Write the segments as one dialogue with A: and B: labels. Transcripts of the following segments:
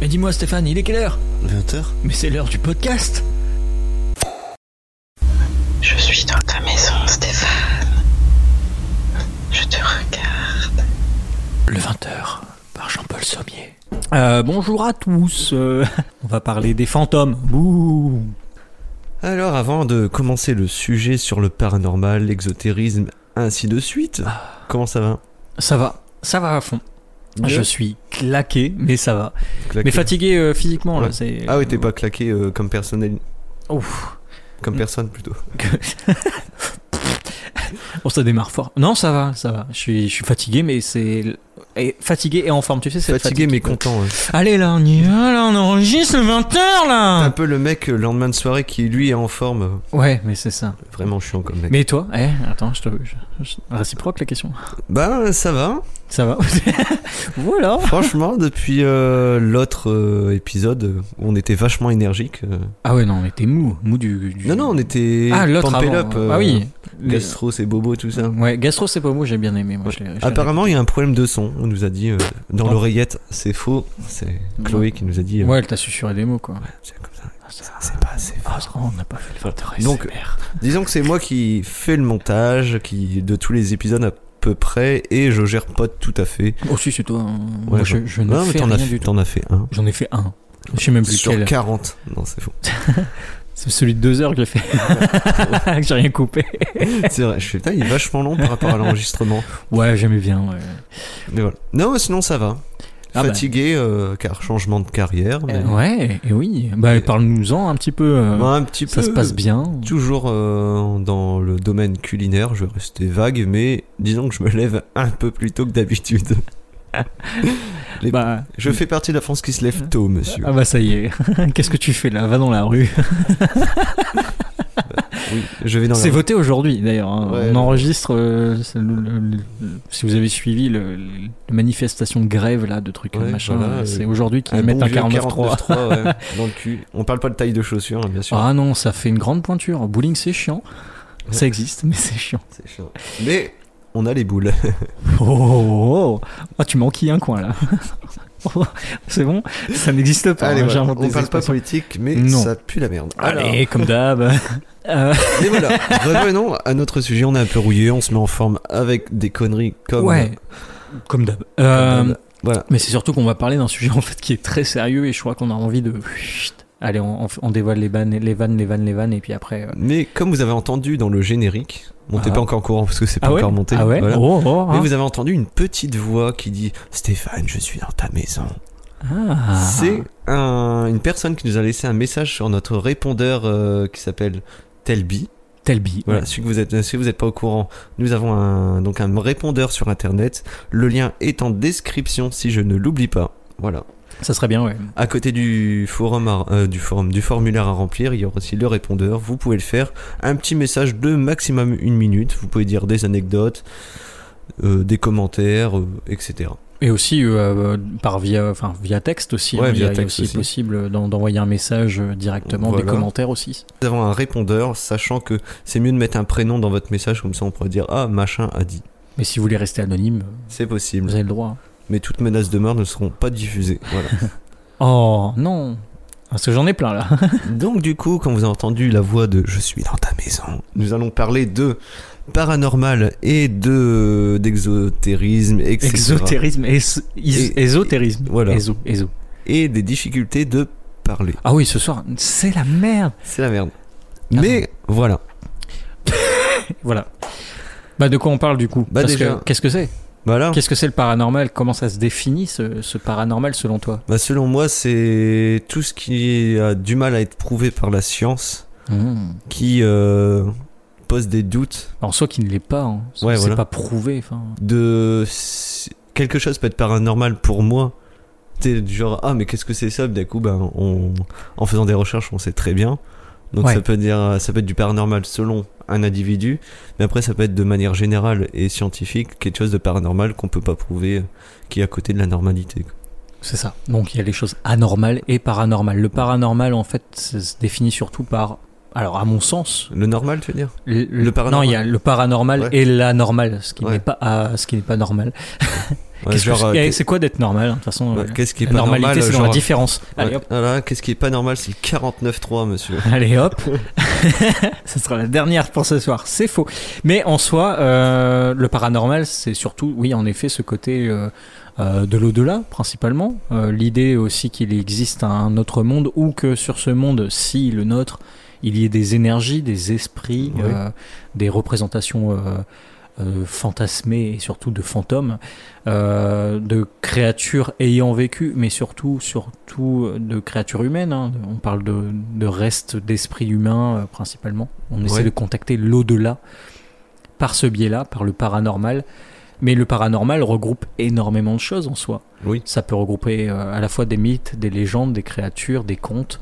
A: Mais dis-moi Stéphane, il est quelle heure
B: 20h
A: Mais c'est l'heure du podcast
C: Je suis dans ta maison, Stéphane. Je te regarde.
A: Le 20h par Jean-Paul Sommier. Euh, bonjour à tous. euh, on va parler des fantômes. Bouh.
B: Alors, avant de commencer le sujet sur le paranormal, l'exotérisme, ainsi de suite, comment ça va
A: Ça va, ça va à fond. Ah. Je
B: Mieux
A: suis claqué, mais ça va.
B: Claqué
A: Mais fatigué euh, physiquement là.
B: Ouais.
A: c'est-
B: Ah oui, t'es pas claqué euh, comme personnel.
A: Ouf.
B: Comme personne plutôt.
A: Bon, ça démarre fort. Non, ça va, ça va. Je suis, je suis fatigué, mais c'est et fatigué et en forme. Tu sais, c'est
B: Fatigué mais content. hein. ouais.
A: Allez là, on y va. Là, on enregistre le 20h
B: T'es
A: là.
B: un peu le mec euh, lendemain de soirée qui lui est en forme.
A: Ouais, mais c'est ça.
B: Vraiment chiant comme mec.
A: Mais toi, eh, attends, je te je- je- réciproque la question.
B: Bah ça va.
A: Ça va. voilà.
B: Franchement, depuis euh, l'autre euh, épisode euh, où on était vachement énergique. euh,
A: Ah ouais, non, on était mou, mou du. du-
B: Non non, on était
A: Ah l'autre
B: pumped
A: avant.
B: up, euh,
A: ah oui. Les-
B: Gastro, c'est bobo tout ça.
A: Ouais, gastro c'est pas mou, j'ai bien aimé. Moi,
B: Ouais.
A: je l'ai- je l'ai-
B: Apparemment, il y a un problème de son. On nous a dit euh, dans
A: Non.
B: l'oreillette, c'est faux. C'est Chloé qui nous a dit. euh,
A: Ouais, elle t'a susurré des mots quoi.
B: c'est comme ça.
A: Ah, ça-
B: C'est pas assez.
A: Ah, ça, on n'a pas fait le filtre
B: Donc-
A: ASMR.
B: Disons que c'est moi qui fais le montage, qui de tous les épisodes à peu près, et je gère pas tout à fait.
A: Oh si, c'est toi. hein. Moi,
B: Ouais,
A: je,
B: bah.
A: je ne
B: Non, mais
A: fais
B: t'en as
A: rien
B: fait-
A: du tout.
B: T'en as fait un.
A: J'en ai fait un. Je sais même plus
B: Sur
A: lequel.
B: 40. Non, c'est faux.
A: C'est celui de deux heures que j'ai fait. que j'ai rien coupé.
B: c'est vrai. Je suis putain, il est vachement long par rapport à l'enregistrement.
A: Ouais, j'aimais bien. Ouais.
B: Mais voilà. Non, mais sinon ça va.
A: Ah bah.
B: Fatigué, euh, car changement de carrière. Mais...
A: Euh, ouais, et oui. Bah, parle-nous-en un petit peu. euh,
B: Ouais, un petit
A: ça
B: peu.
A: se passe bien.
B: Toujours euh, dans le domaine culinaire, je vais rester vague, mais disons que je me lève un peu plus tôt que d'habitude. les-
A: Bah,
B: Je fais partie de la France qui se lève tôt, monsieur.
A: Ah bah ça y est. Qu'est-ce que tu fais là Va dans la rue.
B: Oui, je vais dans la
A: C'est voté aujourd'hui d'ailleurs. hein.
B: Ouais,
A: On
B: non.
A: enregistre. euh, c'est le- le- le- le- si vous avez suivi le, le- la manifestation de grève là, de trucs
B: Ouais,
A: machin,
B: voilà,
A: euh,
B: euh,
A: c'est aujourd'hui qu'ils
B: un
A: mettent
B: bon
A: un
B: vieux
A: 49.3.
B: 49.3, ouais, dans le cul. On parle pas de taille de chaussure, hein, bien sûr.
A: Ah non, ça fait une grande pointure. Bowling c'est chiant. Ça
B: Ouais.
A: existe, mais c'est chiant.
B: C'est chiant. Mais on a les boules.
A: Oh, oh, oh. Ah, tu manquilles un coin là. c'est bon, ça n'existe pas.
B: Allez,
A: hein,
B: voilà,
A: j'invente
B: on
A: des
B: parle pas
A: expressions.
B: politique, mais
A: Non.
B: ça pue la merde. Alors,
A: Allez, comme d'hab. Euh,
B: mais voilà, revenons à notre sujet. On est un peu rouillé, on se met en forme avec des conneries comme.
A: ouais, comme d'hab.
B: comme
A: Euh,
B: d'hab. voilà.
A: Mais c'est surtout qu'on va parler d'un sujet en fait qui est très sérieux et je crois qu'on a envie de. Allez, on, on- on dévoile les vannes, les vannes, les vannes, les vannes et puis après. euh,
B: Mais comme vous avez entendu dans le générique, montez
A: Ah.
B: pas encore au courant parce que c'est pas
A: Ah ouais
B: encore monté.
A: Ah ouais
B: voilà.
A: Oh, oh,
B: Mais
A: hein.
B: vous avez entendu une petite voix qui dit Stéphane, je suis dans ta maison.
A: Ah.
B: C'est un- une personne qui nous a laissé un message sur notre répondeur euh, qui s'appelle Telby.
A: Telby.
B: Voilà, si vous êtes si vous n'êtes pas au courant, nous avons un, donc un répondeur sur internet. Le lien est en description si je ne l'oublie pas. Voilà.
A: Ça serait bien, ouais.
B: À côté du forum, à- euh, du forum, du formulaire à remplir, il y aura aussi le répondeur. Vous pouvez le faire. Un petit message de maximum une minute. Vous pouvez dire des anecdotes, euh, des commentaires, euh, etc.
A: Et aussi euh, euh, par via, enfin via texte aussi.
B: Ouais,
A: hein, il y a-
B: via
A: il y a
B: texte
A: aussi
B: aussi.
A: possible d'en- d'envoyer un message euh, directement, des
B: Voilà.
A: commentaires aussi.
B: Nous avons un répondeur, sachant que c'est mieux de mettre un prénom dans votre message, comme ça on pourra dire Ah, machin a dit.
A: Mais si vous voulez rester anonyme,
B: C'est
A: vous
B: possible.
A: avez le droit.
B: Mais toutes menaces de mort ne seront pas diffusées. Voilà.
A: Oh non. Parce que j'en ai plein là.
B: Donc du coup, quand vous avez entendu la voix de Je suis dans ta maison, nous allons parler de paranormal et de d'exotérisme, etc.
A: Exotérisme, és- is-
B: Et-
A: ésotérisme.
B: Voilà.
A: Éso, éso.
B: Et des difficultés de parler.
A: Ah oui, ce soir, c'est la merde. Ah
B: C'est la merde. Mais voilà.
A: Voilà. Bah de quoi on parle du coup
B: Bah,
A: Parce
B: déjà-
A: que qu'est-ce que c'est
B: Voilà.
A: Qu'est-ce que c'est le paranormal Comment ça se définit ce, ce paranormal selon toi
B: Bah, selon moi, c'est tout ce qui a du mal à être prouvé par la science Hmm. qui euh, pose des doutes
A: En soi qui ne l'est pas, hein. c'est
B: Ouais,
A: c'est
B: voilà.
A: pas prouvé. Enfin,
B: de quelque chose peut être paranormal pour moi t'es du genre ah mais qu'est-ce que c'est ça Puis d'un coup ben on en faisant des recherches on sait très bien donc
A: Ouais.
B: ça peut dire ça peut être du paranormal selon un individu mais après ça peut être de manière générale et scientifique quelque chose de paranormal qu'on peut pas prouver euh, qui est à côté de la normalité quoi.
A: c'est ça. Donc il y a les choses anormales et paranormales. Le paranormal en fait ça se définit surtout par... Alors à mon sens...
B: le normal tu veux dire
A: Le,
B: paranormal.
A: Non, il y a le paranormal
B: Ouais.
A: et l'anormal, ce qui
B: Ouais.
A: n'est pas, ah, ce qui n'est pas normal.
B: Ouais,
A: Qu'est-ce que
B: genre,
A: c'est-
B: euh,
A: eh, c'est quoi d'être normal hein, De toute façon, euh,
B: Ouais, Qu'est-ce qui est
A: la
B: pas
A: normalité,
B: normal euh,
A: c'est dans
B: genre-
A: la différence. Allez
B: Ouais,
A: hop.
B: voilà, qu'est-ce qui est pas normal, c'est 49.3, monsieur.
A: Allez hop, ce sera la dernière pour ce soir, c'est faux. Mais en soi, euh, le paranormal, c'est surtout, oui, en effet, ce côté euh, euh, de l'au-delà, principalement. Euh, L'idée aussi qu'il existe un autre monde, ou que sur ce monde, si le nôtre, il y ait des énergies, des esprits,
B: Oui.
A: euh, des représentations euh, euh, fantasmées et surtout de fantômes, euh, de créatures ayant vécu, mais surtout, surtout de créatures humaines. hein. On parle de, de restes d'esprit humain euh, principalement. On essaie
B: Ouais.
A: de contacter l'au-delà par ce biais-là, par le paranormal. Mais le paranormal regroupe énormément de choses en soi.
B: Oui.
A: Ça peut regrouper euh, à la fois des mythes, des légendes, des créatures, des contes.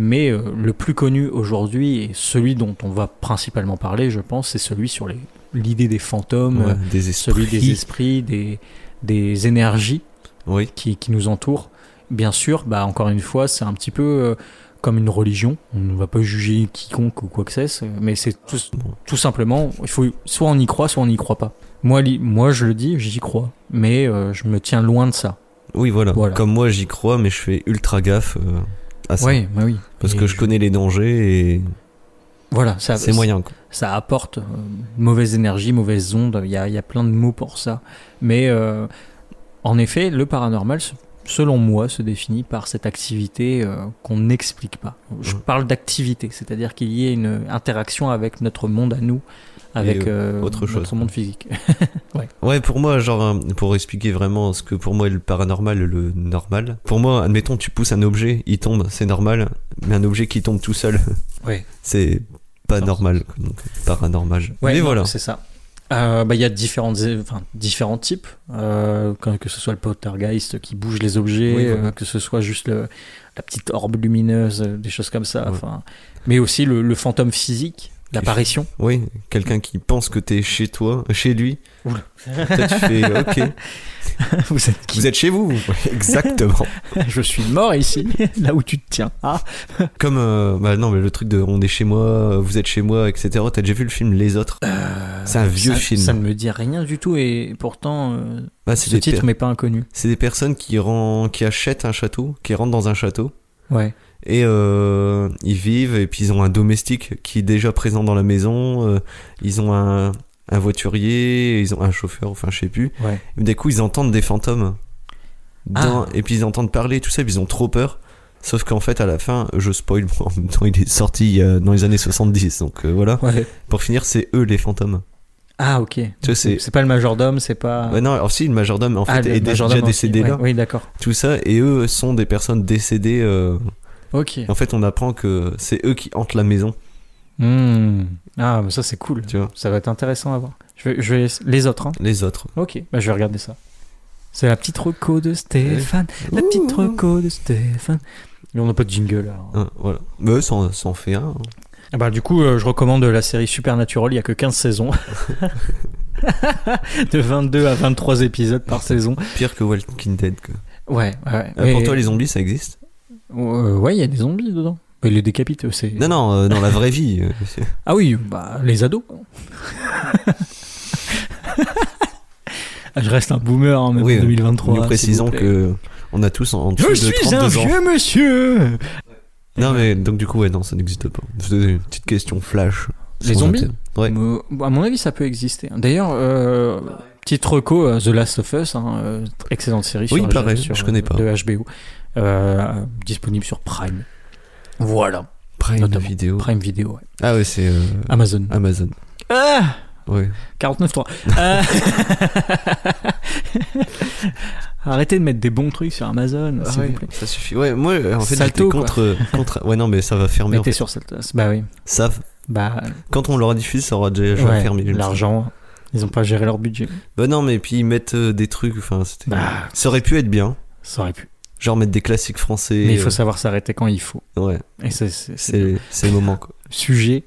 A: Mais euh, le plus connu aujourd'hui, et celui dont on va principalement parler, je pense, c'est celui sur les- l'idée des fantômes,
B: Ouais,
A: euh,
B: des esprits.
A: celui des esprits, des, des énergies
B: Oui,
A: qui, qui nous entourent. Bien sûr, bah, encore une fois, c'est un petit peu euh, comme une religion. On ne va pas juger quiconque ou quoi que c'est, mais c'est tout, tout simplement, il faut soit on y croit, soit on n'y croit pas. Moi, li- moi, je le dis, j'y crois, mais euh, je me tiens loin de ça.
B: oui voilà.
A: Voilà.
B: Comme moi, j'y crois, mais je fais ultra gaffe euh, à ça.
A: Oui, bah oui.
B: Parce
A: Et Ah,
B: que je connais les dangers et
A: Voilà, ça,
B: c'est moyen. quoi.
A: ça apporte euh, mauvaise énergie, mauvaise onde, il y a, il y a plein de mots pour ça. Mais euh, en effet, le paranormal, se- selon moi, se définit par cette activité euh, qu'on n'explique pas. Je
B: Ouais.
A: parle d'activité, c'est-à-dire qu'il y ait une interaction avec notre monde à nous, avec
B: Et,
A: euh,
B: autre chose.
A: notre monde physique.
B: Ouais, pour moi, genre, hein, pour expliquer vraiment ce que pour moi est le paranormal, le normal. Pour moi, admettons, tu pousses un objet, il tombe, c'est normal. Mais un objet qui tombe tout seul,
A: Ouais.
B: c'est pas
A: Non,
B: normal. quoi. Donc, paranormal.
A: Ouais,
B: mais
A: non,
B: voilà.
A: C'est ça. Euh, bah, Il y a différentes, enfin, différents types, euh, que, que ce soit le poltergeist qui bouge les objets,
B: Oui, voilà.
A: euh, que ce soit juste le- la petite orbe lumineuse, euh, des choses comme ça.
B: Ouais.
A: enfin. Mais aussi le, le fantôme physique, l'apparition.
B: Oui, quelqu'un qui pense que t'es chez toi, chez lui.
A: Oula.
B: Toi, tu fais, ok.
A: Vous êtes qui
B: Vous êtes chez vous Ouais, Exactement.
A: Je suis mort ici, là où tu te tiens. Ah,
B: Comme, euh, bah non, mais le truc de on est chez moi, euh, vous êtes chez moi, etc. T'as déjà vu le film Les Autres C'est un vieux
A: Euh, Ah, ça,
B: film.
A: Ça ne me dit rien du tout et pourtant euh,
B: Bah, c'est
A: ce
B: des,
A: titre
B: per-
A: m'est pas inconnu.
B: c'est des personnes qui, ren- qui achètent un château, qui rentrent dans un château.
A: Ouais.
B: Et euh, ils vivent, et puis ils ont un domestique qui est déjà présent dans la maison. euh, ils ont un, un voiturier, ils ont un chauffeur, enfin je sais plus.
A: Ouais.
B: Et D'un coup, ils entendent des fantômes. Dans-
A: Ah.
B: Et puis ils entendent parler, tout ça, et puis ils ont trop peur. Sauf qu'en fait, à la fin, je spoil, bon, en même temps, il est sorti euh, dans les années 70, donc euh, voilà. Pour finir, c'est eux les fantômes.
A: Ah, ok.
B: Tu sais, c'est.
A: C'est pas le majordome, c'est pas.
B: Ouais, non, alors si, le majordome, en fait,
A: Ah, le
B: est déjà
A: majordome aussi,
B: décédé
A: ouais.
B: là,
A: Oui, d'accord.
B: tout ça, et eux sont des personnes décédées. euh,
A: Ok.
B: et en fait, on apprend que c'est eux qui hantent la maison,
A: Hmm. Ah, mais ça c'est cool.
B: tu vois,
A: Ça va être intéressant à voir. Je vais, je vais les autres. hein.
B: les autres.
A: Ok, bah, je vais regarder ça. C'est la petite reco de Stéphane. La
B: Ouh.
A: petite reco de Stéphane. Mais on n'a pas de jingle. alors.
B: Hein, voilà. Mais eux, ça en- ça en fait un. hein.
A: Ah bah, du coup, euh, je recommande la série Supernatural. Il y a que 15 saisons. de 22 à 23 épisodes par saison.
B: Pire que Walking Dead. quoi.
A: Ouais, ouais.
B: Ah, Pour toi, les zombies, ça existe
A: Euh, ouais, il y a des zombies dedans. Mais les décapitent, c'est.
B: Non, non, euh, dans la vraie vie. euh, c'est-
A: Ah oui, bah, les ados. quoi. je reste un boomer en même
B: Oui,
A: en 2023.
B: Nous
A: s'il
B: précisons
A: vous plaît.
B: que on a tous en, en dessous
A: Je
B: de
A: suis
B: 32
A: un
B: ans.
A: vieux monsieur
B: Non mais donc du coup ouais non ça n'existe pas. Je te donne Une petite question flash.
A: Les
B: Sans
A: zombies
B: intérêt. Ouais.
A: Mais, bon, À mon avis, ça peut exister. D'ailleurs, euh, petite reco, euh, The Last of Us, hein, euh, excellente série
B: Oui,
A: sur,
B: pareil,
A: sur,
B: je connais pas.
A: de HBO, euh, disponible sur Prime. Voilà,
B: Prime
A: Notamment.
B: vidéo.
A: Prime Video, ouais.
B: Ah ouais c'est euh,
A: Amazon.
B: Amazon.
A: Ah
B: Ouais.
A: 49.3. Euh, Arrêtez de mettre des bons trucs sur
B: Ah
A: Amazon, s'il vous plaît.
B: Ça suffit. Ouais moi euh, en fait
A: Salto,
B: j'étais
A: quoi.
B: contre contre. Ouais non mais ça va fermer. Ah en
A: Mettez
B: fait.
A: sur cette. Bah oui.
B: Ça
A: Bah,
B: quand on l'aura diffusé ça aura déjà
A: ouais,
B: fermé. je me
A: l'argent. Ils ont pas géré leur budget.
B: dis. Bah non mais puis ils mettent euh, des trucs enfin c'était.
A: Bah,
B: Ça aurait pu être bien.
A: ça aurait pu.
B: Genre mettre des classiques français.
A: Mais il faut
B: euh,
A: savoir s'arrêter quand il faut.
B: Ouais
A: Et c'est- c'est c'est
B: c'est c'est le moment quoi.
A: sujet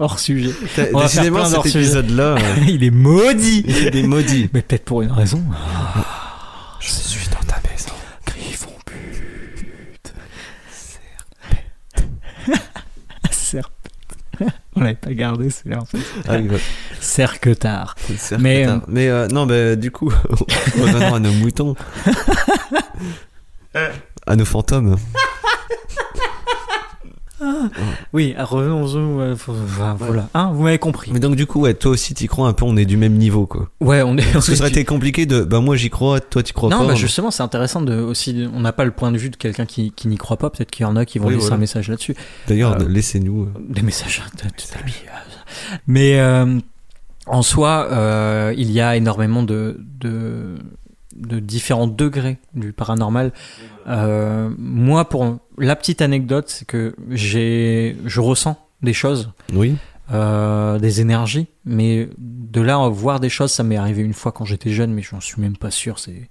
A: hors sujet. On va faire
B: Décidément
A: plein
B: cet
A: d'hors-sujets.
B: épisode là.
A: il est maudit.
B: Il est des maudits.
A: Mais peut-être pour une raison.
B: Je suis dans ta maison.
A: Griffon but. Serpette. On l'avait pas gardé, c'est là.
B: Ah oui, ouais,
A: Serre que tard.
B: c'est certes
A: Mais,
B: tard.
A: euh,
B: mais euh, non, bah, du coup, revenons à nos moutons. à nos fantômes.
A: Oui, ah, revenons-en. ouais, faut- voilà, Voilà. Hein, vous m'avez compris.
B: Mais donc, du coup, ouais, toi aussi, t'y crois un peu, on est du même niveau, quoi.
A: Ouais, on est.
B: Parce que ça aurait été compliqué de. Bah, moi, j'y crois, toi, t'y crois
A: Non,
B: pas. hein.
A: bah justement, c'est intéressant de aussi. On n'a pas le point de vue de quelqu'un qui, qui n'y croit pas. Peut-être qu'il y en a qui vont
B: Oui,
A: laisser un
B: voilà.
A: message là-dessus.
B: D'ailleurs,
A: Euh,
B: laissez-nous. euh,
A: Des messages. de- de- de- Mais euh, en soi, euh, il y a énormément de, de, de différents degrés du paranormal. Euh, moi, pour la petite anecdote, c'est que j'ai, je ressens des choses,
B: Oui.
A: euh, des énergies, mais de là à voir des choses, ça m'est arrivé une fois quand j'étais jeune, mais j'en suis même pas sûr. C'est,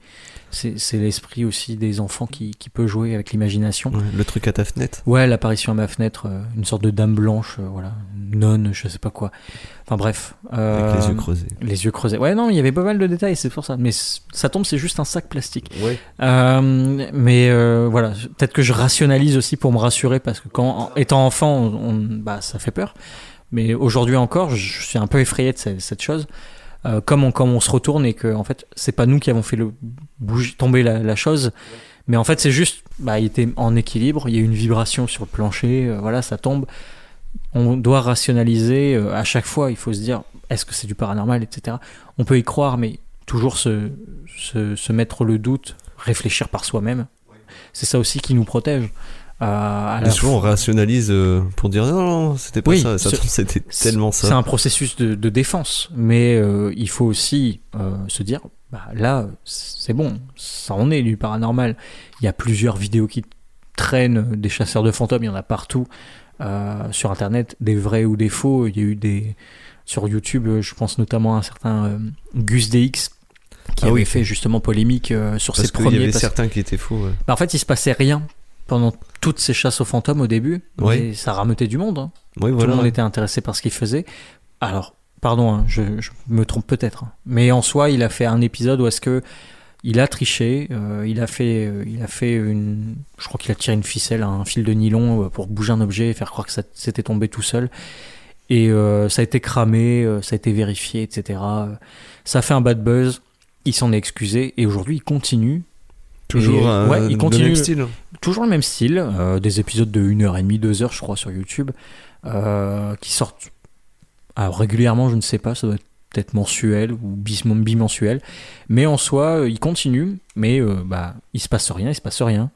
A: c'est, c'est l'esprit aussi des enfants qui, qui peut jouer avec l'imagination.
B: Ouais, le truc à ta fenêtre.
A: Ouais, l'apparition à ma fenêtre, euh, une sorte de dame blanche, euh, voilà, une nonne, je sais pas quoi. Enfin bref. euh,
B: Avec les yeux creusés.
A: les yeux creusés. Ouais, non, il y avait pas mal de détails, c'est pour ça. Mais c- ça tombe, c'est juste un sac plastique.
B: Ouais.
A: Euh, mais euh, voilà, peut-être que je rationalise aussi pour me rassurer, parce que quand, en- étant enfant, on, on- bah, ça fait peur. Mais aujourd'hui encore, je suis un peu effrayé de cette, cette chose. Euh, comme, on, comme on se retourne et que, en fait, c'est pas nous qui avons fait le bouger, tomber la, la chose. Mais en fait, c'est juste, bah, il était en équilibre, il y a eu une vibration sur le plancher, euh, voilà, ça tombe. On doit rationaliser euh, à chaque fois, il faut se dire, est-ce que c'est du paranormal, etc. On peut y croire, mais toujours se, se, se mettre le doute, réfléchir par soi-même. C'est ça aussi qui nous protège. euh, à
B: Et
A: la
B: souvent, on rationalise euh, pour dire non, non, c'était pas
A: Oui,
B: ça. Ça
A: ce-
B: tombe, c'était tellement
A: C'est
B: ça.
A: un processus de, de défense, mais euh, il faut aussi euh, se dire, bah, là, c'est bon, ça en est du paranormal. Il y a plusieurs vidéos qui traînent des chasseurs de fantômes, il y en a partout euh, sur Internet, des vrais ou des faux. Il y a eu des sur YouTube, euh, je pense notamment à un certain euh, Gus DX qui
B: Ah
A: avait
B: oui.
A: fait justement polémique euh, sur
B: Parce
A: ses
B: qu'il y
A: premiers.
B: avait
A: parce-
B: certains qui étaient faux. ouais.
A: bah, en fait, il se passait rien pendant toutes ces chasses aux fantômes au début.
B: Ouais.
A: mais Ça rameutait du monde. hein.
B: Oui,
A: Tout
B: voilà.
A: le monde était intéressé par ce qu'il faisait. Alors, pardon, hein, je, je me trompe peut-être, hein. mais en soi, il a fait un épisode où est-ce que il a triché, euh, il a fait, euh, il a fait une, je crois qu'il a tiré une ficelle, un fil de nylon euh, pour bouger un objet et faire croire que ça s'était tombé tout seul. Et euh, ça a été cramé, euh, ça a été vérifié, etc. Euh, Ça a fait un bad buzz. Il s'en est excusé et aujourd'hui il continue
B: Toujours
A: Et-
B: euh,
A: ouais, il
B: de
A: continue-
B: même style.
A: toujours le même style, euh, des épisodes de 1h30, 2h, je crois, sur YouTube, euh, qui sortent alors, régulièrement, je ne sais pas, ça doit être peut-être mensuel ou bis- bimensuel, mais en soi, euh, il continue, mais euh, bah, il se passe rien, il se passe rien.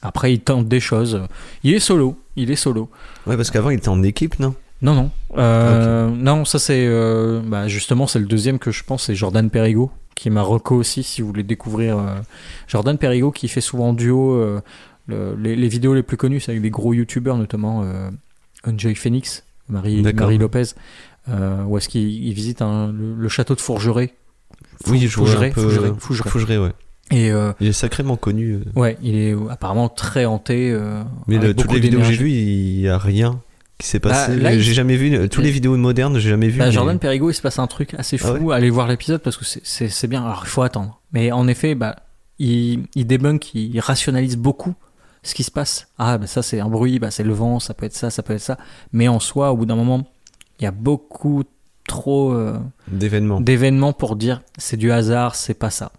A: Après, il tente des choses. Il est solo, il est solo.
B: Ouais, parce qu'avant, il était en équipe, non
A: Non, non.
B: Ah,
A: Euh, Non, ça c'est euh, bah, justement c'est le deuxième que je pense, c'est Jordan Perrigo qui est ma reco aussi si vous voulez découvrir euh, Jordan Perrigo qui fait souvent en duo euh, le- les, les vidéos les plus connues c'est avec des gros youtubeurs notamment euh, Enjoy Phoenix, Marie,
B: D'accord.
A: Marie Lopez euh, où est-ce qu'il il visite un- le, le château de Fourgeret
B: Oui, je vois
A: Fougeray,
B: un peu. euh,
A: Fougeray, Fougeray.
B: Fougeray, ouais.
A: et euh,
B: Il est sacrément connu. euh.
A: ouais il est apparemment très hanté euh,
B: Mais
A: avec
B: le- toutes
A: beaucoup
B: les vidéos que j'ai
A: d'énergie. Bah,
B: vues, il y a rien qui s'est passé.
A: là, il-
B: j'ai jamais vu. euh, Tous les
A: Mais-
B: vidéos modernes, j'ai jamais vu.
A: Bah,
B: mais-
A: Jordan Perrigo, il se passe un truc assez fou.
B: Ah
A: Allez voir l'épisode parce que c'est- c'est c'est bien. Alors, il faut attendre. Mais en effet, bah, il, il débunk, il rationalise beaucoup ce qui se passe. Ah, bah, ça, c'est un bruit, bah, c'est le vent, ça peut être ça, ça peut être ça. Mais en soi, au bout d'un moment, il y a beaucoup trop euh,
B: D'événements.
A: d'événements pour dire c'est du hasard, c'est pas ça.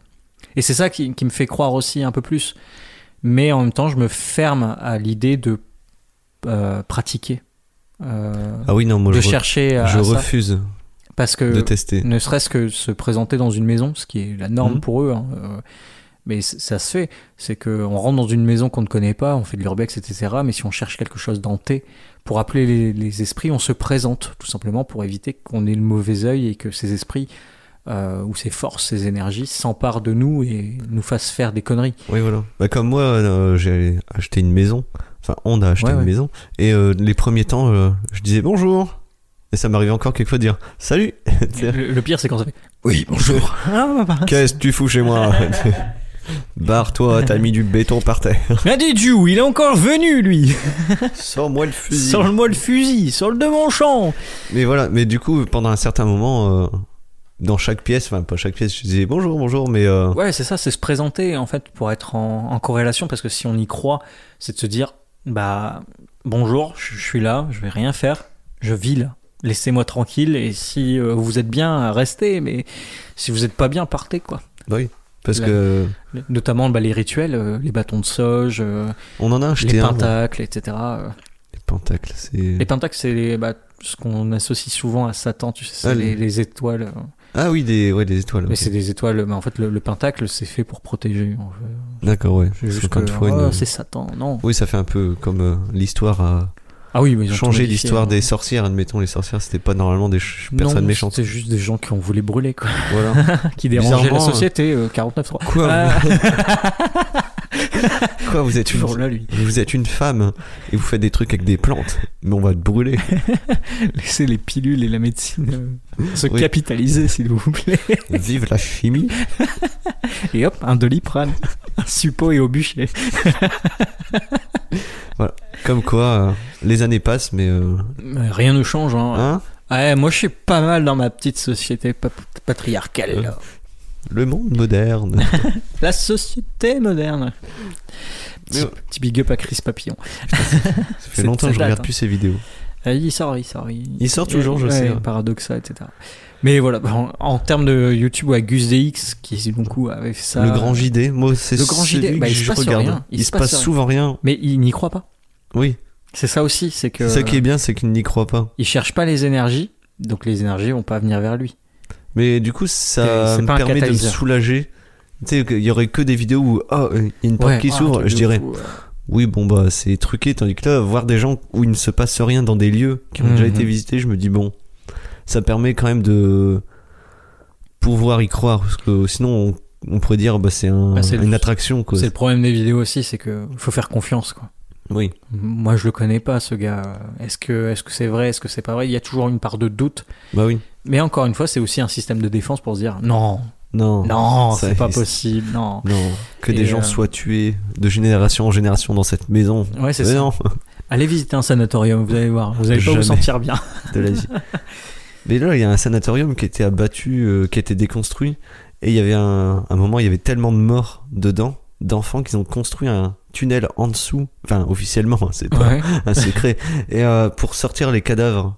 A: Et c'est ça qui, qui me fait croire aussi un peu plus. Mais en même temps, je me ferme à l'idée de euh, pratiquer. euh,
B: Ah oui, non, moi,
A: de
B: je, re-
A: chercher à,
B: je
A: à Ah, ça. Euh,
B: refuse
A: Parce que
B: de tester.
A: ne serait-ce que se présenter dans une maison, ce qui est la norme
B: Mhm.
A: pour eux. hein, euh, Mais c- ça se fait, c'est qu'on rentre dans une maison qu'on ne connaît pas, on fait de l'urbex, etc. Mais si on cherche quelque chose d'hanté, pour appeler les, les esprits, on se présente, tout simplement pour éviter qu'on ait le mauvais œil et que ces esprits, euh, ou ces forces, ces énergies, s'emparent de nous et nous fassent faire des conneries.
B: Oui, voilà. Bah, comme moi, euh, j'ai acheté une maison. Enfin, on a acheté
A: Ouais,
B: une
A: ouais.
B: maison. Et euh, les premiers temps, euh, je disais bonjour. Et ça m'arrivait encore quelquefois de dire salut.
A: Le, le pire, c'est quand ça fait Oui, bonjour.
B: Qu'est-ce que tu fous chez moi Barre-toi, t'as mis du béton par terre.
A: Mais dit Jew, il est encore venu, lui
B: Sors-moi le fusil.
A: Sur le moi le fusil, sur le de mon champ
B: Mais voilà, mais du coup, pendant un certain moment, euh, dans chaque pièce, enfin, pas chaque pièce, je disais bonjour, bonjour, mais. euh,
A: Ouais, c'est ça, c'est se présenter en fait pour être en, en corrélation parce que si on y croit, c'est de se dire bah bonjour, je, je suis là, je vais rien faire, je vis là. Laissez-moi tranquille et si euh, vous êtes bien, restez, mais si vous n'êtes pas bien, partez quoi.
B: Oui, parce
A: La-
B: que
A: Notamment bah, les rituels, euh, les bâtons de soja, euh,
B: on en a acheté
A: les
B: un.
A: pentacles, etc. euh.
B: Les pentacles, c'est.
A: Les pentacles, c'est les- bah, ce qu'on associe souvent à Satan, tu sais, c'est
B: Ah,
A: les,
B: les-
A: les étoiles. euh.
B: Ah oui, des, ouais, des étoiles.
A: Mais
B: ok.
A: c'est des étoiles, mais en fait, le, le pentacle, c'est fait pour protéger. en fait.
B: D'accord, ouais.
A: C'est
B: C'est
A: juste
B: encore
A: que,
B: une fois
A: oh,
B: une-
A: c'est Satan, non.
B: Oui, ça fait un peu comme euh, l'histoire a
A: Ah oui, mais ils ont tout
B: changé
A: modifié,
B: l'histoire
A: hein.
B: des sorcières. Admettons, les sorcières, c'était pas normalement des ch- personnes
A: Non,
B: méchantes.
A: C'est juste des gens qui ont voulu brûler, quoi.
B: Voilà.
A: Qui dérangeaient la
B: Bizarrement,
A: société, euh, 49-3.
B: Quoi
A: Ah.
B: vous- Quoi, vous êtes une...
A: Toujours là, lui.
B: Vous êtes une femme et vous faites des trucs avec des plantes, mais on va te brûler.
A: Laissez les pilules et la médecine euh, se
B: Oui.
A: capitaliser, s'il vous plaît.
B: Vive la chimie.
A: Et hop, un doliprane, un suppôt et au bûcher.
B: Comme quoi, euh, les années passent, mais euh,
A: Mais rien ne change, hein.
B: hein,
A: Ouais, moi je suis pas mal dans ma petite société pa-
B: Euh.
A: patriarcale. là.
B: le monde moderne.
A: La société moderne.
B: Mais
A: Petit,
B: ouais.
A: petit big up à Chris Papillon.
B: Ça
A: C'est-
B: fait
A: ça
B: longtemps que je
A: date,
B: regarde
A: hein.
B: plus ces vidéos.
A: Euh, Il sort, il sort. Il,
B: Il sort toujours, je
A: Ouais,
B: sais.
A: Paradoxal, etc. Mais voilà, bah, en, en termes de YouTube, ouais, Gus DX, qui beaucoup avait fait ça.
B: Le grand JD, moi c'est
A: Le grand
B: celui
A: JD, bah,
B: que
A: il se
B: je
A: passe
B: regarde.
A: rien, il
B: Il
A: se
B: se
A: passe
B: passe
A: rien.
B: souvent rien.
A: Mais il n'y croit pas.
B: Oui,
A: C'est ça aussi, c'est que.
B: c'est ça qui est bien, c'est qu'il n'y croit pas.
A: Il cherche pas les énergies, donc les énergies vont pas venir vers lui.
B: Mais du coup,
A: C'est-
B: ça
A: c'est
B: me
A: pas un
B: permet de me
A: catalyseur.
B: soulager. Tu sais, il y aurait que des vidéos où ah, il y a une porte
A: Ouais,
B: qui
A: ah, un
B: s'ouvre,
A: truc
B: je
A: de
B: dirais
A: fou, ouais.
B: oui, bon bah c'est truqué. Tandis que là, voir des gens où il ne se passe rien dans des lieux qui ont déjà
A: Mhm.
B: été visités, je me dis bon, ça permet quand même de pouvoir y croire parce que sinon on, on pourrait dire bah c'est un-
A: Bah, c'est le-
B: une attraction quoi.
A: C'est le problème des vidéos aussi, c'est que faut faire confiance, quoi.
B: Oui,
A: Moi, je le connais pas, ce gars. Est-ce que est-ce que c'est vrai, est-ce que c'est pas vrai Il y a toujours une part de doute.
B: bah oui.
A: Mais encore une fois, c'est aussi un système de défense pour se dire non,
B: Non,
A: non,
B: ça
A: c'est pas
B: existe.
A: possible, non.
B: Non, que
A: Et,
B: des gens
A: euh,
B: soient tués de génération en génération dans cette maison.
A: Ouais, c'est
B: Mais
A: ça.
B: non,
A: Allez visiter un sanatorium, vous allez voir. Vous allez pas
B: Jamais.
A: vous sentir bien.
B: de l'Asie. Mais là, il y a un sanatorium qui était abattu, euh, qui a été déconstruit. Et il y avait un, un moment, il y avait tellement de morts dedans, d'enfants, qu'ils ont construit un tunnel en dessous. Enfin, officiellement, hein, c'est pas
A: Ouais.
B: un secret. Et euh, pour sortir les cadavres.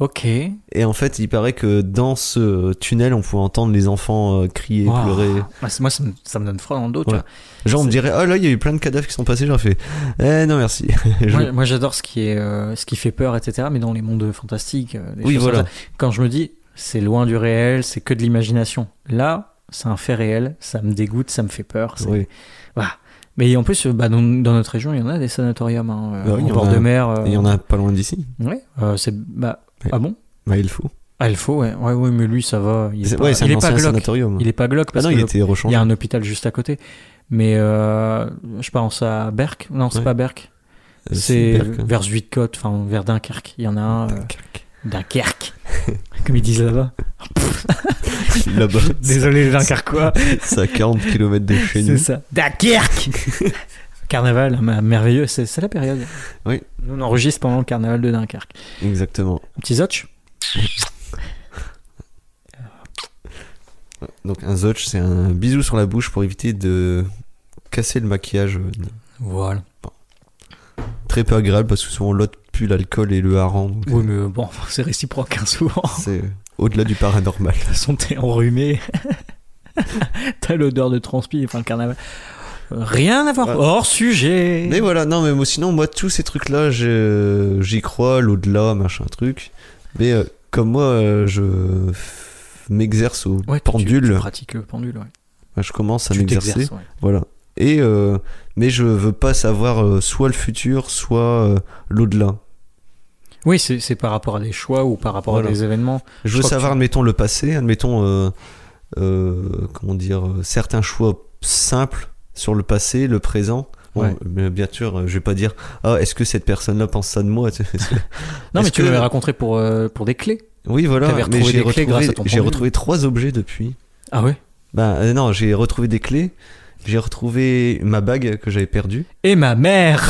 A: Ok.
B: Et en fait, il paraît que dans ce tunnel, on pouvait entendre les enfants euh, crier,
A: Wow.
B: pleurer.
A: Ah, c'est- Moi, ça me, ça me donne froid dans le dos. tu
B: Ouais.
A: vois.
B: Genre, on me
A: C'est-
B: dirait, oh là, il y a eu plein de cadavres qui sont passés. J'aurais fait, eh non, merci. Je-
A: Moi, moi, j'adore ce qui est euh, ce qui fait peur, etc. Mais dans les mondes fantastiques, euh, des
B: oui,
A: choses comme
B: voilà.
A: ça. Quand je me dis c'est loin du réel, c'est que de l'imagination. Là, c'est un fait réel. Ça me dégoûte, ça me fait peur. c'est-
B: Oui.
A: Mais en plus, euh, bah, dans, dans notre région, il y en a des sanatoriums hein, euh,
B: Bah oui,
A: au
B: il y en
A: bord
B: a-
A: de mer. euh,
B: Et Il y en a pas loin d'ici.
A: ouais, euh, c'est bah,
B: Ouais.
A: ah bon
B: Bah, il faut.
A: Ah, il faut ouais. ouais, ouais, mais lui, ça va. Il est, pas,
B: ouais, c'est
A: il
B: un
A: est pas
B: ancien
A: glauque.
B: sanatorium.
A: Il est pas glauque
B: Ah
A: parce
B: non, il
A: qu'il
B: était
A: y
B: rechangé.
A: a un hôpital juste à côté. Mais euh, je pense à Berck. Non, c'est
B: Ouais.
A: pas Berck.
B: Euh,
A: C'est
B: Berck, hein.
A: vers Zuidcote, enfin vers Dunkerque. Il y en a un. euh,
B: Dunkerque.
A: Dunkerque. Comme ils disent là-bas.
B: Là-bas,
A: Désolé les Dunkerquois.
B: c'est à 40 km de chez
A: C'est
B: nous.
A: ça. Dunkerque Carnaval, ma- merveilleux, c'est c'est la période.
B: Oui.
A: Nous, On enregistre pendant le carnaval de Dunkerque.
B: Exactement.
A: Un petit zotch
B: Donc un zotch, c'est un bisou sur la bouche pour éviter de casser le maquillage. euh,
A: Voilà.
B: Très peu agréable parce que souvent l'autre pue l'alcool et le hareng. donc,
A: Oui, mais bon, c'est réciproque hein, souvent.
B: C'est euh, au-delà du paranormal.
A: De toute façon, t'es enrhumé. T'as l'odeur de transpi, enfin le carnaval. Euh, Rien à voir.
B: Ouais.
A: Hors sujet.
B: Mais voilà, non mais moi, sinon moi tous ces trucs là j'y crois, l'au-delà, machin truc. Mais euh, comme moi euh, je f- m'exerce au
A: Ouais, tu- tu- Tu,
B: pendule,
A: pratiques le pendule, ouais.
B: Enfin, je commence à
A: tu
B: m'exercer.
A: t'exerces, ouais.
B: Voilà. Et euh, mais je veux pas savoir euh, soit le futur, soit euh, l'au-delà.
A: Oui, c'est c'est par rapport à des choix ou par rapport à
B: Voilà.
A: des événements.
B: Je
A: Je
B: veux
A: crois que
B: savoir,
A: tu-
B: admettons le passé, admettons euh, euh, comment dire euh, certains choix simples sur le passé, le présent. Bon,
A: Ouais.
B: mais bien sûr, euh, je vais pas dire ah est-ce que cette personne-là pense ça de moi. Tu sais, c'est-
A: Non, mais
B: Est-ce
A: tu
B: que-
A: l'avais raconté pour, euh, pour des clés.
B: oui voilà.
A: T'avais
B: Mais
A: retrouvé
B: j'ai
A: des clés grâce
B: retrouvé,
A: à ton
B: j'ai
A: pendule.
B: retrouvé trois objets depuis.
A: Ah ouais
B: Bah euh, non, j'ai retrouvé des clés. J'ai retrouvé ma bague que j'avais perdue.
A: Et ma mère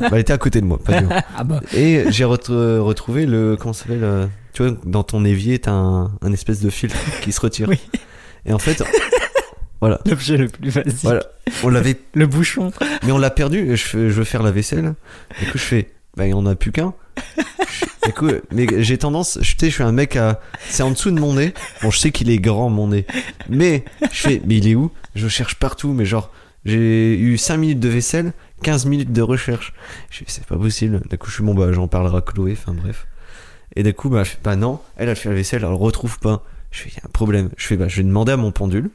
B: Bah, elle était à côté de moi, pas du
A: Ah bah.
B: Et j'ai ret- euh, retrouvé le. Comment ça s'appelle euh, Tu vois, dans ton évier, t'as un, un espèce de filtre qui se retire.
A: Oui.
B: Et en fait, voilà.
A: L'objet le plus facile.
B: voilà. On l'avait.
A: Le bouchon.
B: Mais on l'a perdu. Je, fais- je veux faire la vaisselle. Du coup, je fais. Bah, il n'y en a plus qu'un. Je- Du coup, mais j'ai tendance, je tu sais, je suis un mec à, c'est en dessous de mon nez. Bon, je sais qu'il est grand mon nez, mais je fais, mais il est où Je cherche partout, mais genre, j'ai eu 5 minutes de vaisselle, 15 minutes de recherche. Je fais, c'est pas possible. Du coup, je suis bon, bah, j'en parlerai à Chloé. Enfin bref. Et du coup, bah, je fais, bah non, elle a fait la vaisselle, elle le retrouve pas. Je fais, il y a un problème. Je fais, bah, je vais demander à mon pendule.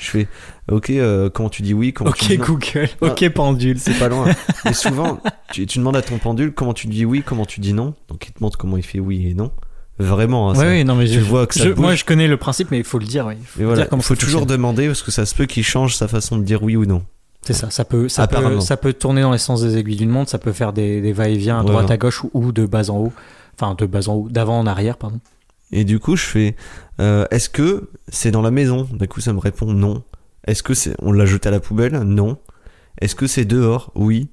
B: Je fais, ok, euh, quand tu dis oui, quand tu dis
A: Ok
B: non
A: Google,
B: Non.
A: ok pendule.
B: c'est pas loin. Mais souvent, tu, tu demandes à ton pendule comment tu dis oui, comment tu dis non. Donc il te montre comment il fait oui et non. Vraiment, hein,
A: Ouais,
B: ça.
A: oui, non mais
B: tu
A: je,
B: vois que ça
A: je-
B: bouge.
A: moi je connais le principe, mais il faut le dire. Oui.
B: Mais voilà,
A: dire comment
B: il faut
A: ça
B: toujours
A: fonctionne.
B: demander parce que ça se peut qu'il change sa façon de dire oui ou non.
A: C'est ça, ça peut, ça peut,
B: Apparemment.
A: ça peut tourner dans les sens des aiguilles d'une montre, ça peut faire des, des va-et-vient à
B: Ouais,
A: droite
B: ouais.
A: à gauche ou, ou de bas en haut, enfin de bas en haut, d'avant en arrière, pardon.
B: Et du coup, je fais euh, est-ce que c'est dans la maison Du coup, ça me répond non. Est-ce que c'est on l'a jeté à la poubelle Non. Est-ce que c'est dehors Oui.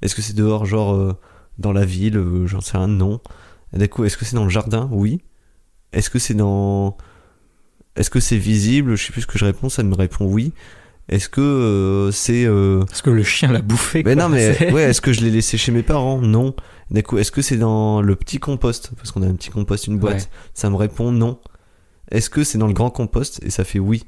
B: Est-ce que c'est dehors, genre euh, dans la ville Euh, J'en sais rien, non. Et du coup, est-ce que c'est dans le jardin Oui. Est-ce que c'est dans. Est-ce que c'est visible Je sais plus ce que je réponds, ça me répond oui. Est-ce que euh, c'est. euh,
A: Parce que le chien l'a bouffé.
B: Mais
A: quoi,
B: non, mais
A: c'est-
B: ouais, est-ce que je l'ai laissé chez mes parents Non. D'un coup, est-ce que c'est dans le petit compost Parce qu'on a un petit compost, une boîte.
A: Ouais.
B: Ça me répond non. Est-ce que c'est dans le grand compost Et ça fait oui.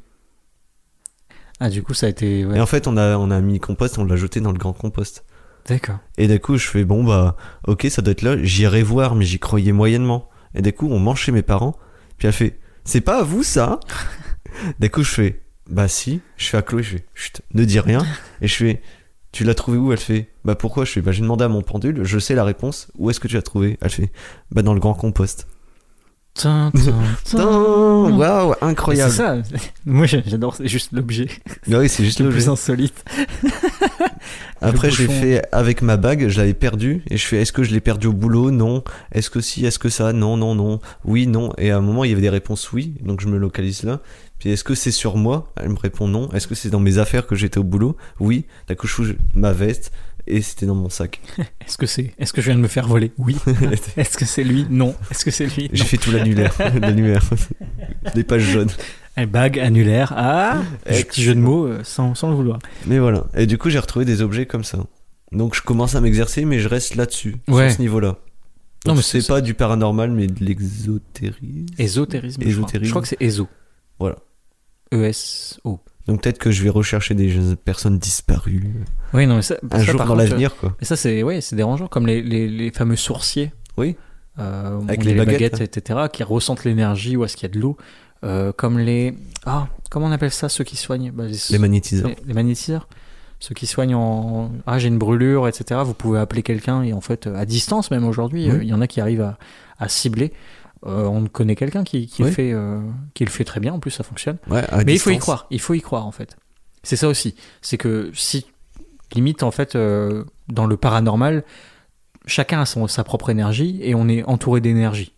A: Ah du coup ça a été. ouais.
B: Et en fait, on a, on a mis compost, on l'a jeté dans le grand compost.
A: D'accord.
B: Et d'un coup, je fais bon, bah, ok, ça doit être là, j'irai voir, mais j'y croyais moyennement. Et d'un coup, on mange chez mes parents. Puis elle fait, c'est pas à vous ça D'un coup, je fais, bah si. Je fais à Chloé, je fais, chut, ne dis rien. Et je fais, tu l'as trouvé où Elle fait, bah pourquoi Je fais, bah j'ai demandé à mon pendule, je sais la réponse, où est-ce que tu l'as trouvé Elle fait, bah dans le grand compost.
A: Tin, tin, tin.
B: Tain, Waouh,
A: Mmh. Mais C'est
B: incroyable
A: ça. Moi j'ai- j'adore, c'est juste l'objet
B: Ah Oui, c'est juste
A: le
B: le
A: plus
B: jeu.
A: insolite.
B: Après,
A: Le
B: j'ai
A: bouchon.
B: fait avec ma bague, je l'avais perdue, et je fais est-ce que je l'ai perdue au boulot Non. Est-ce que si Est-ce que ça Non, non, non. Oui, non. Et à un moment, il y avait des réponses oui, donc je me localise là. Puis est-ce que c'est sur moi Elle me répond non. Est-ce que c'est dans mes affaires que j'étais au boulot Oui. D'un coup, je fouille ma veste, et c'était dans mon sac.
A: Est-ce que c'est, est-ce que je viens de me faire voler Oui. Est-ce que c'est lui Non. Est-ce que c'est lui
B: j'ai
A: Non.
B: fait tout l'annulaire. l'annulaire. Les pages jaunes.
A: Eh, Bague annulaire. Ah. Petit jeu de mots euh, sans, sans le vouloir.
B: Mais voilà. Et du coup, j'ai retrouvé des objets comme ça. Donc je commence à m'exercer, mais je reste là-dessus,
A: Ouais.
B: sur ce niveau-là.
A: Non,
B: Non,
A: mais
B: mais
A: c'est-
B: c'est pas du paranormal, mais de l'exotérisme.
A: Ésotérisme. je crois.
B: Ésotérisme.
A: Je crois que c'est ESO.
B: Voilà.
A: E S O.
B: Donc peut-être que je vais rechercher des jeunes- personnes disparues
A: Oui, non, mais ça,
B: un
A: ça,
B: jour
A: par
B: dans
A: contre, euh,
B: l'avenir, quoi.
A: Et ça, c'est ouais, c'est dérangeant, comme les, les, les fameux sourciers.
B: Oui.
A: Euh,
B: Avec
A: on
B: les
A: dit
B: baguettes,
A: etc., qui ressentent l'énergie ou est-ce qu'il y a de l'eau. Euh, comme les. Ah, comment on appelle ça, ceux qui soignent Bah,
B: Les magnétiseurs.
A: les- les magnétiseurs. Ceux qui soignent en. Ah, j'ai une brûlure, etc. Vous pouvez appeler quelqu'un et en fait, euh, à distance même aujourd'hui,
B: Oui.
A: euh, il y en a qui arrivent à, à cibler. Euh, on connaît quelqu'un qui, qui,
B: Oui.
A: fait, euh, qui le fait très bien, en plus, ça fonctionne.
B: Ouais, à
A: Mais il faut y
B: distance.
A: croire, il faut y croire en fait. C'est ça aussi. C'est que si, limite en fait, euh, dans le paranormal, chacun a son, sa propre énergie et on est entouré d'énergie.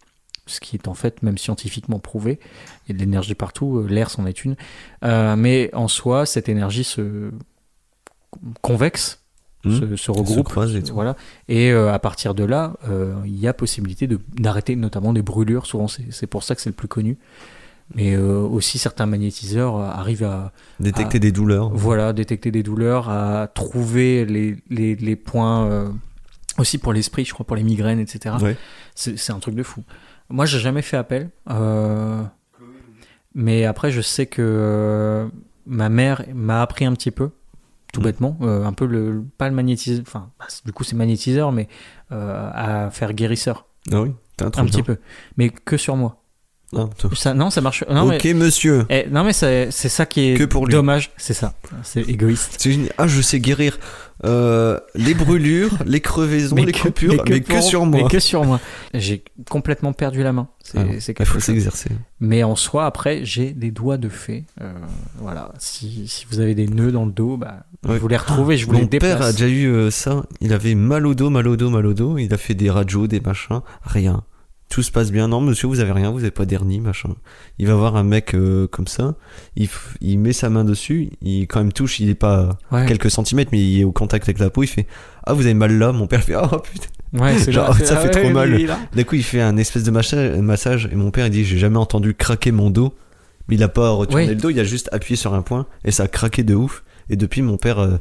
A: Ce qui est en fait même scientifiquement prouvé. Il y a de l'énergie partout, euh, l'air c'en est une. Euh, mais en soi, cette énergie se convexe,
B: Hmm.
A: se, se
B: Se
A: regroupe.
B: croise et tout.
A: Voilà. Et euh, à partir de là, euh, il y a possibilité de- d'arrêter notamment des brûlures. Souvent, c'est c'est pour ça que c'est le plus connu. Mais euh, aussi, certains magnétiseurs euh, arrivent à
B: Détecter des douleurs.
A: voilà, détecter des douleurs, à trouver les, les, les points. euh, aussi pour l'esprit, je crois, pour les migraines, etc.
B: Ouais.
A: C'est c'est un truc de fou. Moi, j'ai jamais fait appel. euh, mais après, je sais que euh, ma mère m'a appris un petit peu, tout
B: Mm.
A: bêtement, euh, un peu le. Pas le magnétiseur. Enfin, bah, c'est- du coup, c'est magnétiseur, mais euh, à faire guérisseur.
B: Ah oui, t'as
A: un petit peu. Mais que sur moi. Ça, non, ça marche. Non,
B: Ah, ok,
A: mais.
B: monsieur.
A: eh, non mais c'est c'est ça qui est
B: Que pour lui.
A: dommage, c'est ça, c'est égoïste.
B: C'est une- Ah, je sais guérir euh, les brûlures, les crevaisons, les
A: que-
B: coupures, mais que,
A: pour-
B: sur
A: Mais
B: moi.
A: que sur moi. J'ai complètement perdu la main. C'est
B: Ah,
A: c'est
B: Il
A: quelque
B: faut
A: chose.
B: s'exercer.
A: Mais en soi, après, j'ai des doigts de fée. Euh, voilà. Si, si vous avez des nœuds dans le dos, bah,
B: Ouais.
A: je vous les retrouvez, je vous
B: Mon
A: les
B: père a
A: déplace.
B: déjà eu euh, ça. Il avait mal au dos, mal au dos, mal au dos. Il a fait des radios, des machins. Rien. Tout se passe bien. Non, monsieur, vous avez rien. Vous avez pas d'hernie, machin. Il va voir un mec euh, comme ça. Il, f- il met sa main dessus. Il quand même touche. Il est pas
A: Ouais.
B: quelques centimètres, mais il est au contact avec la peau. Il fait Ah, vous avez mal là. Mon père fait Ah putain.
A: Ouais, c'est
B: Genre,
A: là, c'est
B: ça
A: là,
B: fait
A: ouais,
B: trop
A: lui,
B: mal.
A: il a-
B: D'un coup, il fait un espèce de macha- massage. Et mon père, il dit J'ai jamais entendu craquer mon dos. Mais il a pas retourné
A: Ouais.
B: le dos. Il a juste appuyé sur un point. Et ça a craqué de ouf. Et depuis, mon père euh,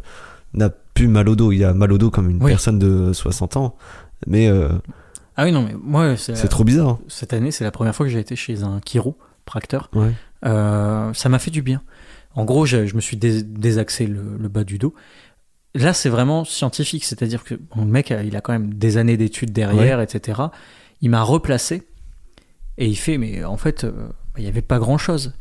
B: n'a plus mal au dos. Il a mal au dos comme une
A: Oui.
B: personne de 60 ans. Mais euh,
A: Ah oui, non, mais moi, c'est-
B: C'est trop bizarre. hein.
A: cette année, c'est la première fois que j'ai été chez un chiro, tracteur.
B: Ouais.
A: Euh, ça m'a fait du bien. En gros, j'ai- je, me suis dés- désaxé le, le bas du dos. Là, c'est vraiment scientifique, c'est-à-dire que bon, le mec, il a quand même des années d'études derrière, etc. Il m'a replacé et il fait, mais en fait, euh, il n'y avait pas grand-chose.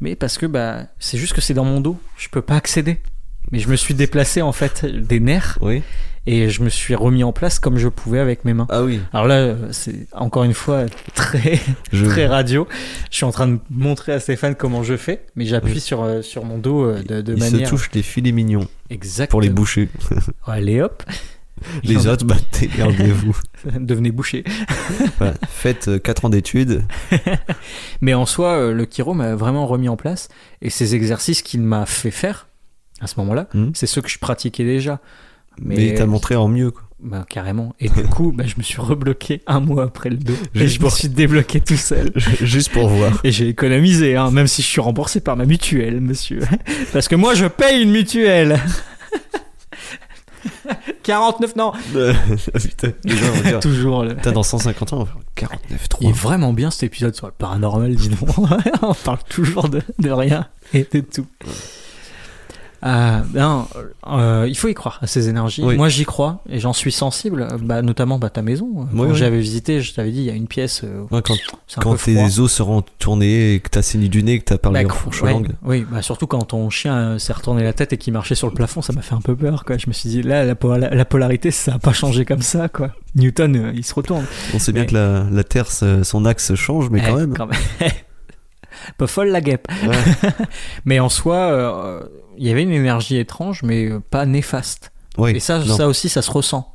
A: Mais parce que bah, c'est juste que c'est dans mon dos, je peux pas accéder. Mais je me suis déplacé en fait des nerfs
B: Oui.
A: et je me suis remis en place comme je pouvais avec mes mains.
B: Ah oui.
A: Alors là, euh, c'est encore une fois très
B: Je...
A: très radio. Je suis en train de montrer à Stéphane comment je fais, mais j'appuie
B: Oui.
A: sur, euh, sur mon dos euh, de, de
B: il
A: manière.
B: se touche les filets mignons
A: Exact.
B: pour les boucher.
A: Allez hop,
B: Les autres, bah, regardez-vous.
A: devenez bouché.
B: Voilà. Faites 4 ans d'études.
A: Mais en soi, euh, le chiro m'a vraiment remis en place et ces exercices qu'il m'a fait faire à ce moment-là,
B: Mhm.
A: c'est ceux que je pratiquais déjà.
B: Mais,
A: Mais-
B: il t'a montré en mieux. Quoi.
A: Bah, carrément. Et du coup, bah, je me suis rebloqué un mois après le dos. Et
B: Juste
A: je me
B: pour-
A: suis débloqué tout seul.
B: Juste pour voir.
A: Et j'ai économisé, hein, même si je suis remboursé par ma mutuelle, monsieur. Parce que moi, je paye une mutuelle. 49, non,
B: Ah, Putain, les gens vont dire,
A: toujours. Le...
B: Putain, dans 150 ans, on va faire 49,
A: Il est
B: 3.
A: vraiment bien cet épisode sur le paranormal, dis donc. On parle toujours de, de rien et de tout. Euh, non, euh, il faut y croire à ces énergies.
B: Oui.
A: Moi, j'y crois et j'en suis sensible, euh, bah, notamment bah, ta maison. Quand
B: Oui, oui.
A: j'avais visité, je t'avais dit, il y a une pièce. euh,
B: Ouais, quand
A: c'est un
B: quand
A: peu froid.
B: tes os seront tournés et que t'as saigné du nez et que t'as parlé
A: Bah,
B: en
A: cou-
B: fourche
A: ouais,
B: langue.
A: Oui, bah, surtout quand ton chien euh, s'est retourné la tête et qu'il marchait sur le plafond, ça m'a fait un peu peur. Quoi. Je me suis dit, là, la, pola- la polarité, ça n'a pas changé comme ça. Quoi. Newton, euh, il se retourne.
B: On sait bien
A: Mais-
B: que la, la Terre, se- son axe change, mais quand
A: Eh,
B: même.
A: pas folle la guêpe.
B: Ouais.
A: Mais en soi, euh, il y avait une énergie étrange, mais euh, pas néfaste.
B: Ouais,
A: Et ça,
B: non.
A: ça aussi, ça se ressent.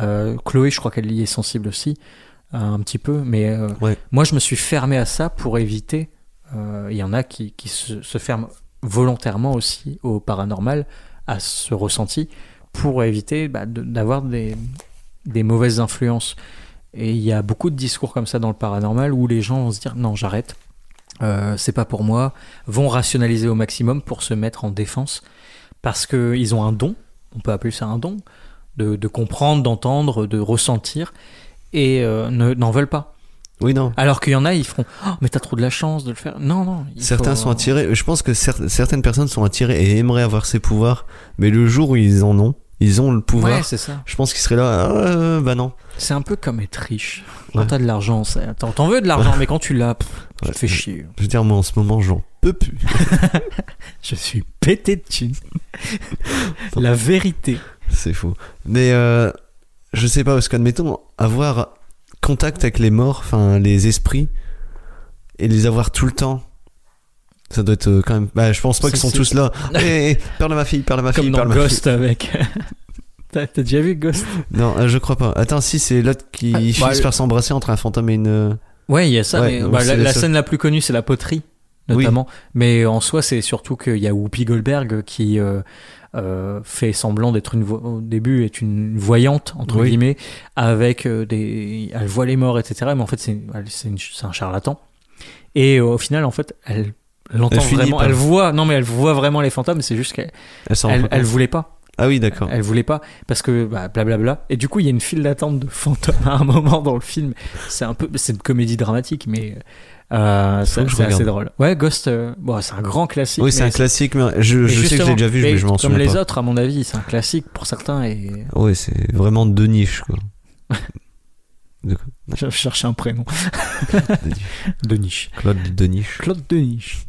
A: Euh, Chloé, je crois qu'elle y est sensible aussi, euh, un petit peu. Mais euh,
B: Ouais.
A: moi, je me suis fermé à ça pour éviter. euh, Il y en a qui, qui se, se ferment volontairement aussi au paranormal, à ce ressenti, pour éviter bah, de- d'avoir des, des mauvaises influences. Et il y a beaucoup de discours comme ça dans le paranormal où les gens vont se dire non, j'arrête, euh, c'est pas pour moi, vont rationaliser au maximum pour se mettre en défense parce qu'ils ont un don, on peut appeler ça un don, de, de comprendre, d'entendre, de ressentir et euh, ne- n'en veulent pas.
B: Oui, non.
A: Alors qu'il y en a, ils feront oh, mais t'as trop de la chance de le faire. Non, non. il
B: Certains
A: faut-
B: sont attirés. Je pense que cer- certaines personnes sont attirées et aimeraient avoir ces pouvoirs, mais le jour où ils en ont, ils ont le pouvoir.
A: Ouais, c'est ça.
B: je pense qu'ils seraient là. Ah, euh, bah non.
A: C'est un peu comme être riche. Quand
B: Ouais.
A: t'as de l'argent, ça- t'en t'en veux de l'argent, mais quand tu l'as, pff, tu
B: Ouais.
A: te fais chier.
B: Je veux dire, moi en ce moment, j'en peux plus.
A: Je suis pété de thunes. La vérité.
B: C'est faux. Mais euh, je sais pas, parce qu'admettons, avoir contact avec les morts, enfin les esprits, et les avoir tout le temps, ça doit être euh, quand même. Bah, je pense pas
A: C'est-
B: qu'ils sont
A: c'est-
B: tous là. Hé, hé, parle à ma fille, parle à ma
A: Comme
B: fille,
A: dans
B: Ah, parle à ma fille.
A: Ghost avec. T'as t'as déjà vu Ghost
B: Non, euh, je crois pas. Attends, si c'est l'autre qui
A: Ah,
B: finit
A: bah, le-
B: par s'embrasser entre un fantôme et une. euh,
A: Ouais, il y a ça.
B: Ouais,
A: mais,
B: donc
A: bah,
B: c'est
A: la,
B: les
A: la
B: seuls.
A: scène la plus connue, c'est la poterie, notamment. Mais en soi, c'est surtout qu'il y a Whoopi Goldberg qui euh, euh, fait semblant d'être une vo- au début est une voyante entre
B: Oui.
A: guillemets, avec euh, des, elle voit les morts, etc. Mais en fait, c'est elle- c'est une- c'est un charlatan. Et euh, au final, en fait, elle l'entend
B: Elle finit
A: vraiment.
B: par-
A: Elle voit, non mais elle voit vraiment les fantômes. C'est juste qu'elle
B: Elle s'en rend
A: elle,
B: pas
A: elle
B: compte.
A: voulait pas.
B: Ah oui, d'accord.
A: Elle voulait pas parce que bah, blablabla. Et du coup, il y a une file d'attente de fantômes à un moment dans le film. C'est un peu, c'est une comédie dramatique, mais euh,
B: Faut
A: c'est
B: que je
A: c'est assez
B: regarde.
A: drôle. Ouais, Ghost, euh, bon, c'est un grand classique.
B: Oui, c'est
A: mais
B: un classique, mais je,
A: mais
B: je sais que je l'ai
A: justement,
B: déjà vu,
A: mais
B: mais je m'en
A: Comme
B: souviens
A: les
B: pas.
A: autres, à mon avis, c'est un classique pour certains. Et
B: Ouais, c'est vraiment de niche, quoi.
A: je cherche un prénom. de niche.
B: Claude de niche.
A: Claude de niche.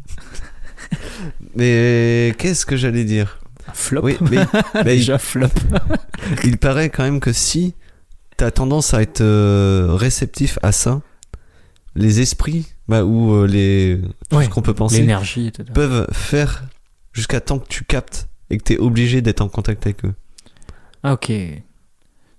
B: Mais qu'est-ce que j'allais dire
A: Un flop.
B: Oui, mais, mais Bah, il,
A: Déjà flop.
B: il paraît quand même que si t'as tendance à être euh, réceptif à ça, les esprits, bah, ou euh, les, tout
A: Ouais,
B: ce qu'on peut penser,
A: L'énergie, etc.
B: peuvent faire jusqu'à temps que tu captes et que t'es obligé d'être en contact avec eux.
A: Ah ok.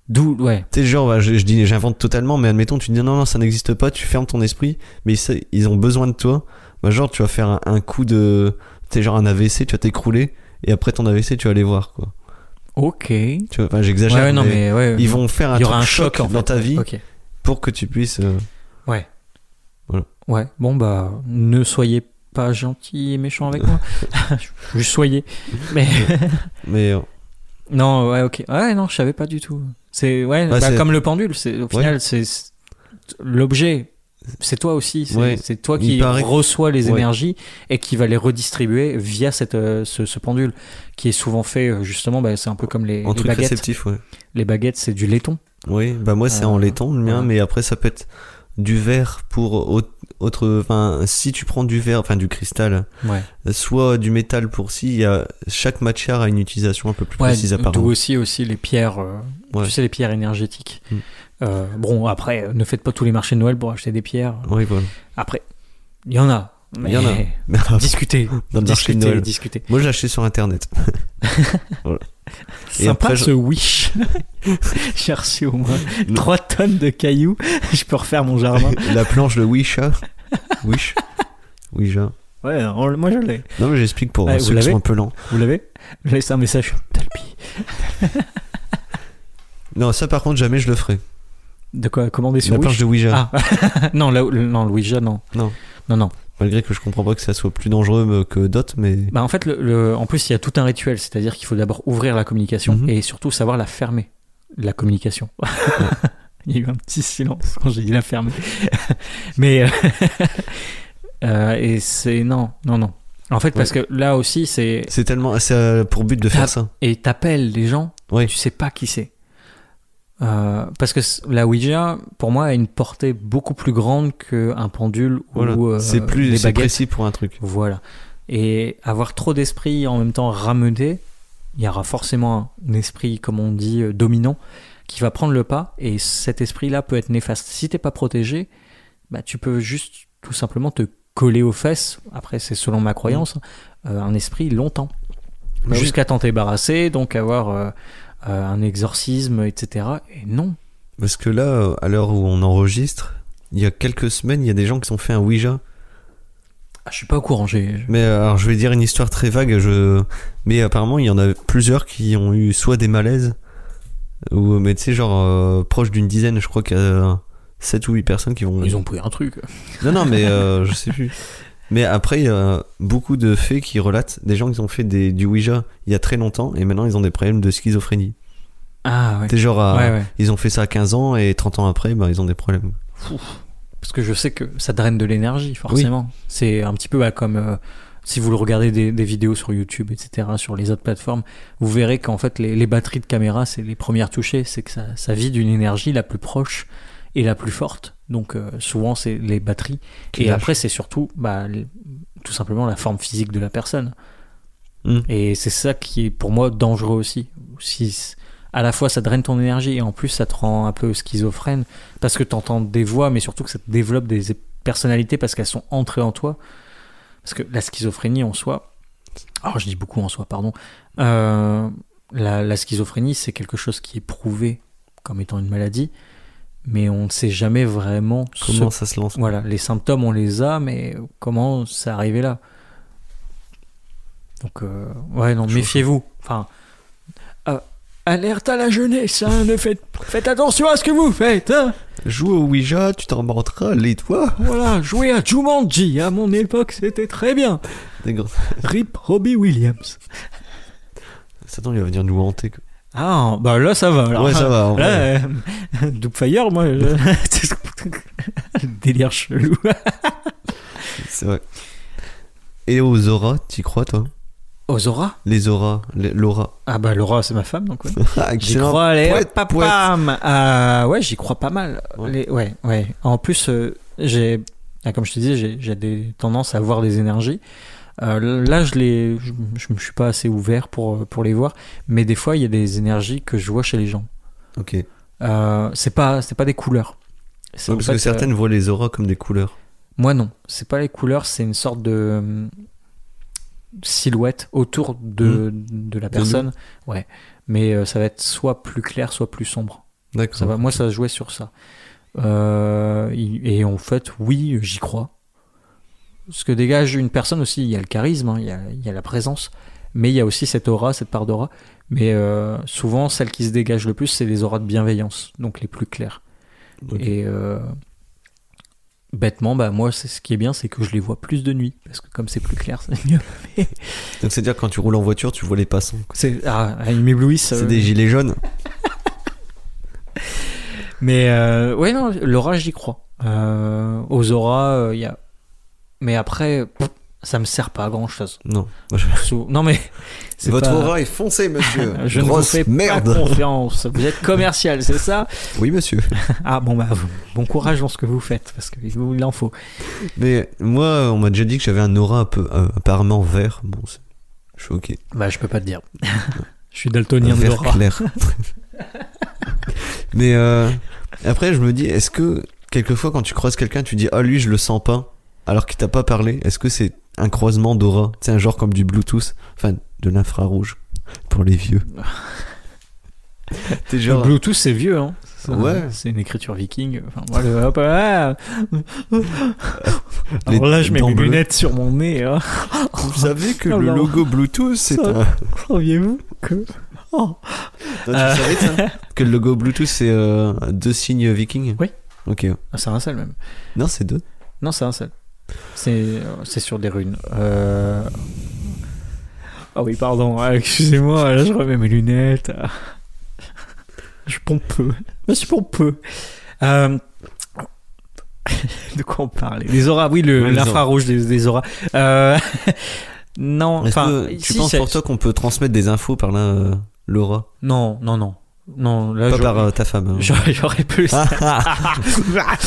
A: D'où, ouais.
B: Tu sais, genre, bah, je, je dis, j'invente totalement, mais admettons, tu dis non, non, ça n'existe pas, tu fermes ton esprit, mais ça- ils ont besoin de toi. Bah, genre, tu vas faire un, un coup de. Tu sais, genre un AVC, tu vas t'écrouler, et après ton AVC, tu vas aller voir, quoi.
A: Ok. Ouais,
B: Tu vois, enfin, j'exagère.
A: ouais, non
B: mais
A: mais ouais.
B: Ils vont faire un,
A: Il y aura
B: truc
A: un choc, en
B: dans
A: fait.
B: ta vie
A: Ok.
B: pour que tu puisses. euh,
A: Ouais, bon bah ne soyez pas gentil et méchant avec moi. Juste soyez. Mais
B: Mais euh,
A: non, ouais, ok. Ouais, non, je savais pas du tout. C'est ouais,
B: Bah,
A: bah,
B: c'est-
A: comme le pendule. C'est au final, c'est l'objet, c'est toi aussi. C'est
B: Ouais.
A: c'est toi
B: Il
A: qui
B: paraît que-
A: reçois les
B: Ouais.
A: énergies et qui va les redistribuer via cette, euh, ce, ce pendule qui est souvent fait euh, justement. bah, c'est un peu comme les,
B: En
A: les
B: truc
A: baguettes.
B: réceptif, ouais.
A: Les baguettes, c'est du laiton.
B: Oui, bah moi c'est
A: Euh,
B: en laiton le mien,
A: ouais.
B: mais après ça peut être du verre pour au- autre. Enfin, si tu prends du verre, enfin du cristal,
A: Ouais.
B: soit du métal pour si, il y a, chaque matière a une utilisation un peu plus précise
A: D'où
B: apparemment.
A: aussi aussi les pierres. euh,
B: Ouais.
A: Tu sais les pierres énergétiques.
B: Mm.
A: Euh, bon après, euh, ne faites pas tous les marchés de Noël pour acheter des pierres.
B: Oui, voilà.
A: Après, il y en a.
B: Il y en a.
A: mais
B: Mais après,
A: Discutez,
B: Dans le marché
A: discutez,
B: de Noël.
A: discutez.
B: Moi, je l'achetais sur internet. Et
A: Sympa
B: après, je-
A: ce wish. J'ai reçu au moins 3 tonnes de cailloux. Je peux refaire mon jardin.
B: La planche de Wisha. Wish. Ouija.
A: Ouais, on- moi je l'ai.
B: Non, mais j'explique pour
A: Ouais, vous
B: ceux qui
A: l'avez
B: sont un peu lents.
A: Vous l'avez Laisse un message sur Talpi.
B: Non, ça par contre, jamais je le ferai.
A: De quoi commander sur
B: la
A: Wish
B: planche de Ouija.
A: Ah, non, là, non, Louisa, non.
B: Non.
A: Non, non.
B: Malgré que je comprends pas que ça soit plus dangereux euh, que d'autres, mais.
A: Bah, en fait, le, le- en plus, il y a tout un rituel. C'est-à-dire qu'il faut d'abord ouvrir la communication
B: Mhm.
A: et surtout savoir la fermer. La communication. il y a eu un petit silence quand j'ai dit la fermer. Mais. euh, euh, et c'est. Non, non, non. En fait, parce que là aussi, c'est.
B: C'est tellement. Ça a pour but de
A: Ah.
B: faire ça.
A: et t'appelles des gens,
B: Oui.
A: tu sais pas qui c'est. Euh, parce que c- la Ouija, pour moi, a une portée beaucoup plus grande qu'un pendule
B: Voilà.
A: ou euh,
B: c'est plus
A: des
B: c'est
A: baguettes.
B: précis pour un truc.
A: Voilà. Et avoir trop d'esprit en même temps ramené, il y aura forcément un esprit, comme on dit, euh, dominant, qui va prendre le pas. Et cet esprit-là peut être néfaste. Si t'es pas protégé, bah, tu peux juste tout simplement te coller aux fesses. Après, c'est selon ma croyance, euh, un esprit longtemps
B: Bah oui.
A: jusqu'à t'en débarrasser, donc avoir euh, euh, un exorcisme, etc. Et non.
B: Parce que là, euh, à l'heure où on enregistre, il y a quelques semaines, il y a des gens qui ont fait un Ouija.
A: Ah, je suis pas au courant, j'ai.
B: Mais euh, alors, je vais dire une histoire très vague. Je... Mais apparemment, il y en a plusieurs qui ont eu soit des malaises, ou mais tu sais, genre euh, proche d'une dizaine, je crois qu'il y a 7 ou 8 personnes qui vont.
A: Ils ont pris un truc.
B: Non, non, mais euh, je sais plus. Mais après, il y a beaucoup de faits qui relatent des gens qui ont fait des, du Ouija il y a très longtemps et maintenant ils ont des problèmes de schizophrénie.
A: Ah ouais.
B: T'es genre, à-
A: Ouais, ouais.
B: ils ont fait ça à 15 ans et 30 ans après, bah, ils ont des problèmes.
A: Parce que je sais que ça draine de l'énergie, forcément. C'est un petit peu bah, comme euh, si vous le regardez des, des vidéos sur YouTube, etc., sur les autres plateformes, vous verrez qu'en fait, les, les batteries de caméra, c'est les premières touchées. C'est que ça, ça vit d'une énergie la plus proche et la plus forte. Donc, euh, souvent, c'est les batteries.
B: Qui
A: et
B: lâchent.
A: après, c'est surtout bah, l- tout simplement la forme physique de la personne.
B: Mm.
A: Et c'est ça qui est pour moi dangereux aussi. Si c- à la fois ça draine ton énergie et en plus ça te rend un peu schizophrène parce que t'entends des voix, mais surtout que ça te développe des é- personnalités parce qu'elles sont entrées en toi. Parce que la schizophrénie en soi, alors je dis beaucoup en soi, pardon. Euh, la, la schizophrénie, c'est quelque chose qui est prouvé comme étant une maladie, mais on ne sait jamais vraiment
B: Comment
A: ce
B: ça se lance
A: voilà, les symptômes, on les a, mais comment c'est arrivé là Donc, euh, ouais, non,
B: Chaud,
A: méfiez-vous. Enfin, euh, alerte à la jeunesse, hein, ne faites, faites attention à ce que vous faites. hein.
B: Joue au Ouija, tu t'en mortras, les toi
A: voilà, jouez à Jumanji, à mon époque, c'était très bien.
B: Des gros-
A: Rip Robbie Williams.
B: Satan, il va venir nous hanter. quoi.
A: Ah, bah là, ça va. alors.
B: ouais, ça va. en
A: Là,
B: vrai.
A: euh, Doop Fire, moi, je- délire chelou.
B: C'est vrai. Et aux auras, t'y crois, toi
A: Ozora
B: Les auras, les- l'aura.
A: Ah bah Laura, c'est ma femme, donc ouais.
B: Ah,
A: J'y
B: excellent.
A: crois, allez,
B: Poète,
A: hop, pam,
B: poète.
A: pam. Ah, ouais, j'y crois pas mal.
B: Ouais.
A: Les- ouais, ouais. En plus, euh, j'ai, ah, comme je te disais, j'ai- j'ai des tendances à voir des énergies. Euh, là, je les, je, je me suis pas assez ouvert pour euh, pour les voir, mais des fois, il y a des énergies que je vois chez les gens.
B: Ok.
A: Euh, c'est pas, c'est pas des couleurs. C'est
B: Ouais,
A: en
B: parce
A: fait,
B: que
A: euh,
B: certaines voient les auras comme des couleurs.
A: moi non, c'est pas les couleurs, c'est une sorte de euh, silhouette autour de, de la
B: Mmh. De nous.
A: personne. ouais, mais euh, ça va être soit plus clair, soit plus sombre.
B: D'accord.
A: Ça va, moi, ça jouait sur ça. Euh, et en fait, oui, j'y crois. Ce que dégage une personne aussi, il y a le charisme, hein, il, y a, il y a la présence, mais il y a aussi cette aura, cette part d'aura. Mais euh, souvent, celle qui se dégage le plus, c'est les auras de bienveillance, donc les plus claires.
B: Ok.
A: Et euh, bêtement, bah, moi, c'est- ce qui est bien, c'est que je les vois plus de nuit, parce que comme c'est plus clair, c'est mieux.
B: Donc, c'est-à-dire, quand tu roules en voiture, tu vois les passants.
A: euh,
B: quoi.
A: C'est- Ah, ils m'éblouissent.
B: C'est
A: euh,
B: des gilets jaunes.
A: Mais euh, ouais, non, l'orage, j'y crois. Euh, aux auras, il y a. Mais après, pff, ça me sert pas à grand chose.
B: Non. Moi, je-
A: Non, mais. c'est
B: Votre
A: pas-
B: aura est foncée, monsieur.
A: Je ne vous
B: Grosse
A: fais pas
B: merde.
A: confiance. Vous êtes commercial, c'est ça
B: Oui, monsieur.
A: Ah bon bah vous- bon courage dans ce que vous faites parce qu'il vous- il en faut.
B: Mais moi, on m'a déjà dit que j'avais un aura un peu, euh, apparemment vert. Bon, c'est- je suis ok.
A: Bah je peux pas te dire. je suis
B: Un
A: daltonien de
B: vert
A: l'aura.
B: clair. Mais euh, après, je me dis, est-ce que quelquefois, quand tu croises quelqu'un, tu dis, ah lui, je le sens pas, alors qu'il t'a pas parlé. Est-ce que c'est un croisement d'aura C'est un genre comme du Bluetooth, enfin de l'infrarouge pour les vieux. T'es
A: Le
B: genre,
A: Bluetooth c'est vieux hein. Ça,
B: Ouais.
A: C'est une écriture viking. Enfin, voilà, hop, ah.
B: Les
A: Alors là je mets
B: dents
A: mes
B: bleues.
A: lunettes sur mon nez. hein.
B: vous savez que
A: Oh
B: le
A: là.
B: logo Bluetooth, c'est
A: Ça-
B: un.
A: Saviez-vous que Oh.
B: Toi, tu
A: Euh.
B: savais ça Que le logo Bluetooth, c'est euh, deux signes vikings
A: Oui.
B: Ok.
A: Ah, c'est un seul même.
B: Non, c'est deux.
A: Non c'est un seul. C'est c'est sur des runes. Euh... Ah oui pardon. Ah, Excusez-moi là je remets mes lunettes. Ah. Je pompe peu. Je suis pompeux. Euh, de quoi on parlait Les auras, oui, le-
B: Ouais, les
A: l'infrarouge des, des auras. Euh, non,
B: Est-ce
A: enfin,
B: que tu
A: si,
B: penses
A: c'est-
B: pour toi qu'on peut transmettre des infos par là, euh, l'aura
A: Non, non, non, non. Là,
B: Pas par
A: j'aurais-
B: euh, ta femme. hein.
A: j'aurais j'aurais plus,
B: Ah, ah,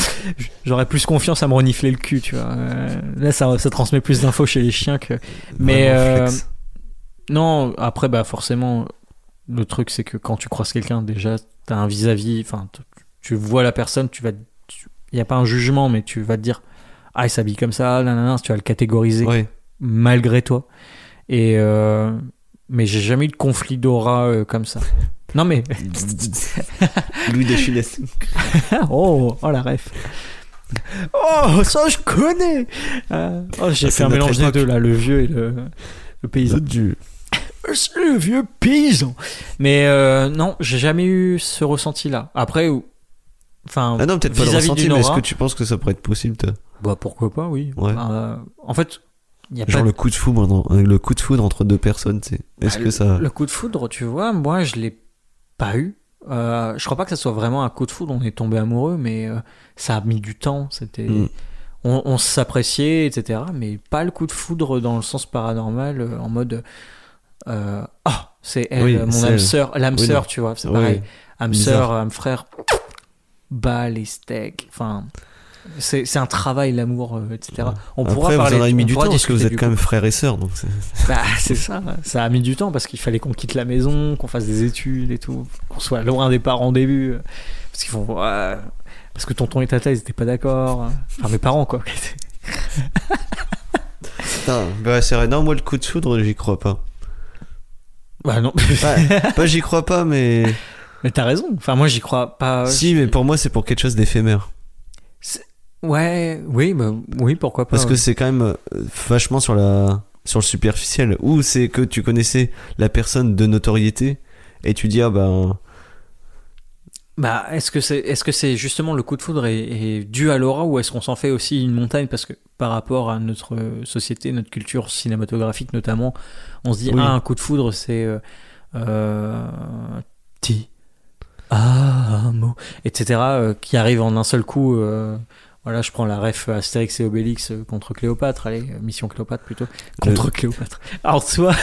A: j'aurais plus confiance à me renifler le cul, tu vois. Euh, Là, ça, ça transmet plus d'infos chez les chiens que. Mais
B: Vraiment
A: euh,
B: flex.
A: non, après, bah forcément, le truc c'est que quand tu croises quelqu'un, déjà, t'as un vis-à-vis. Enfin, tu- tu vois la personne, tu vas, il y a pas un jugement, mais tu vas te dire, ah, il s'habille comme ça, nanana, tu vas le catégoriser.
B: Ouais.
A: malgré toi. Et euh, mais j'ai jamais eu de conflit d'aura euh, comme ça. Non mais
B: Louis de Funès.
A: oh oh la ref. Oh ça je connais. Euh, oh, j'ai
B: Ah, c'est
A: fait un
B: notre
A: mélange
B: époque.
A: des deux là, le vieux et le, le paysan.
B: du.
A: C'est le vieux paysan. Mais euh, non j'ai jamais eu ce ressenti là. Après ou- enfin
B: Ah non, peut-être pas le
A: Vis-à-vis
B: ressenti,
A: d'une
B: mais est-ce
A: aura.
B: que tu penses que ça pourrait être possible, toi
A: bah pourquoi pas oui.
B: Ouais.
A: Euh, en fait il y a pas
B: Genre le coup de foudre, entre- le coup de foudre entre deux personnes, tu sais. Est-ce
A: Bah,
B: que ça.
A: Le coup de foudre, tu vois, moi je l'ai pas eu. Euh, je crois pas que ça soit vraiment un coup de foudre, on est tombé amoureux, mais euh, ça a mis du temps. C'était,
B: Mm.
A: on, on s'appréciait, etc. Mais pas le coup de foudre dans le sens paranormal, euh, en mode, euh, ah, c'est elle,
B: Oui,
A: mon
B: c'est
A: âme
B: elle.
A: sœur, l'âme
B: Oui,
A: sœur,
B: non.
A: tu vois, c'est
B: Oui,
A: pareil, âme
B: bizarre.
A: sœur, âme frère, bah les steaks, enfin. C'est c'est un travail, l'amour, euh, etc. On pourra
B: Après,
A: parler.
B: vous en avez mis
A: on
B: du temps
A: pourra
B: parce que vous
A: discuter du
B: êtes quand même frères et sœurs, donc c'est-
A: bah, c'est ça. Ça a mis du temps parce qu'il fallait qu'on quitte la maison, qu'on fasse des études et tout, qu'on soit loin des parents au début. euh, Parce qu'ils font. ouais. Parce que tonton et tata, ils étaient pas d'accord. hein. Enfin, mes parents, quoi.
B: Putain, bah c'est vrai. Non, moi le coup de foudre, j'y crois pas.
A: bah, non.
B: Pas, pas j'y crois pas, mais.
A: Mais t'as raison. Enfin, moi, j'y crois pas.
B: Si, mais pour moi, c'est pour quelque chose d'éphémère.
A: Ouais, oui, bah, oui, pourquoi pas.
B: Parce que
A: ouais.
B: c'est quand même euh, vachement sur la sur le superficiel. Ou c'est que tu connaissais la personne de notoriété et tu dis ah ben
A: Bah, est-ce que c'est est-ce que c'est justement le coup de foudre est, est dû à l'aura ou est-ce qu'on s'en fait aussi une montagne parce que par rapport à notre euh, société, notre culture cinématographique notamment, on se dit
B: Oui.
A: ah un coup de foudre c'est euh, euh, ti ah un mot etc euh, qui arrive en un seul coup. euh, voilà, je prends la ref Astérix et Obélix euh, contre Cléopâtre, allez, euh, mission Cléopâtre plutôt, contre Cléopâtre. Alors, toi,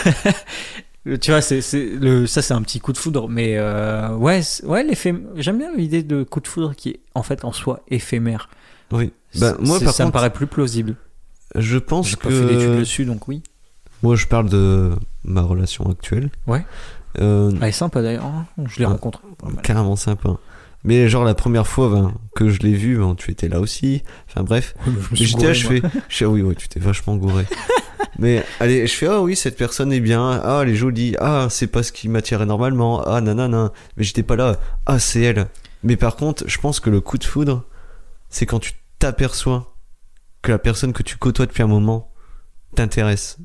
A: tu vois, c'est, c'est le, ça, c'est un petit coup de foudre, mais euh, ouais, c'est- ouais l'effet, j'aime bien l'idée de coup de foudre qui est en fait en soi éphémère.
B: oui. Ben,
A: C'est-
B: moi
A: c'est-
B: par
A: ça me
B: contre,
A: paraît plus plausible.
B: je pense
A: J'ai pas fait d'études
B: que
A: dessus, donc oui.
B: moi je parle de ma relation actuelle.
A: Ouais.
B: Euh,
A: Elle est sympa d'ailleurs, hein, je les
B: Ah.
A: rencontre. Pas mal.
B: carrément sympa. Mais genre la première fois ben, que je l'ai vu, ben, tu étais là aussi. Enfin bref.
A: Je me suis
B: J'étais
A: gouré,
B: là, je
A: moi.
B: fais, je fais, ah oui, ouais, tu t'es vachement gouré. Mais allez, je fais, ah oui, cette personne est bien, ah, elle est jolie, ah, c'est pas ce qui m'attirait normalement, ah, nanana, mais j'étais pas là, ah, c'est elle. Mais par contre, je pense que le coup de foudre, c'est quand tu t'aperçois que la personne que tu côtoies depuis un moment t'intéresse.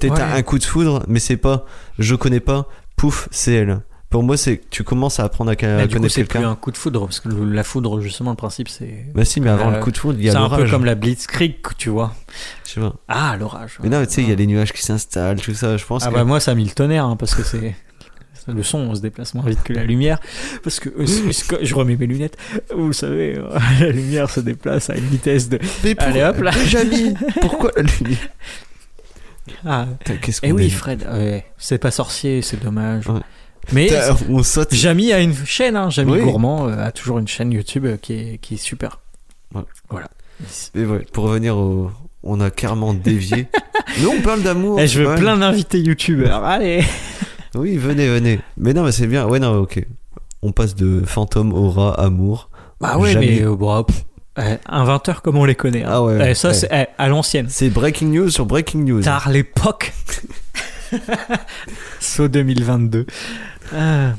B: T'es- T'as
A: Ouais.
B: un coup de foudre, mais c'est pas, je connais pas, pouf, c'est elle. Pour moi, c'est que tu commences à apprendre à,
A: Là, du coup,
B: connaître
A: c'est plus
B: quelqu'un.
A: un coup de foudre, parce que le- la foudre, justement, le principe, c'est.
B: Bah si, mais avant
A: Euh,
B: le coup de foudre, il y a
A: C'est un peu
B: l'orage.
A: comme la Blitzkrieg, tu vois.
B: Je sais pas.
A: Ah, l'orage.
B: Mais non, mais tu sais, il y a les nuages qui s'installent, tout ça, je pense
A: Ah
B: que...
A: bah moi ça a mis le tonnerre hein, parce que c'est le son on se déplace moins vite que la lumière, parce que euh, je remets mes lunettes, vous savez, euh, la lumière se déplace à une vitesse de...
B: Mais pour-
A: Allez, hop, là.
B: Benjamin, pourquoi la lumière
A: Ah,
B: Putain, Qu'est-ce qu'on
A: et oui
B: est-
A: Fred, ouais, c'est pas sorcier, c'est dommage.
B: Ouais.
A: Mais
B: Putain, on saute.
A: Jamy a une chaîne, hein, Jamy
B: Oui.
A: Gourmand euh, a toujours une chaîne YouTube euh, qui est, qui est super.
B: Ouais.
A: Voilà.
B: Mais ouais, pour revenir au. On a carrément dévié. Nous, on parle d'amour.
A: Eh, je
B: c'est
A: veux
B: pas mal.
A: plein d'invités youtubeurs. Allez
B: Oui, venez, venez. Mais non, mais c'est bien. Ouais, non, ok. On passe de fantôme, aura, amour.
A: Bah ouais,
B: Jamais.
A: mais euh, bon, pff, euh, inventeur comme on les connaît. hein.
B: Ah ouais, ouais,
A: Eh, ça,
B: ouais.
A: c'est eh, à l'ancienne.
B: C'est breaking news sur breaking news.
A: Tard l'époque. Saut 2022. Ah.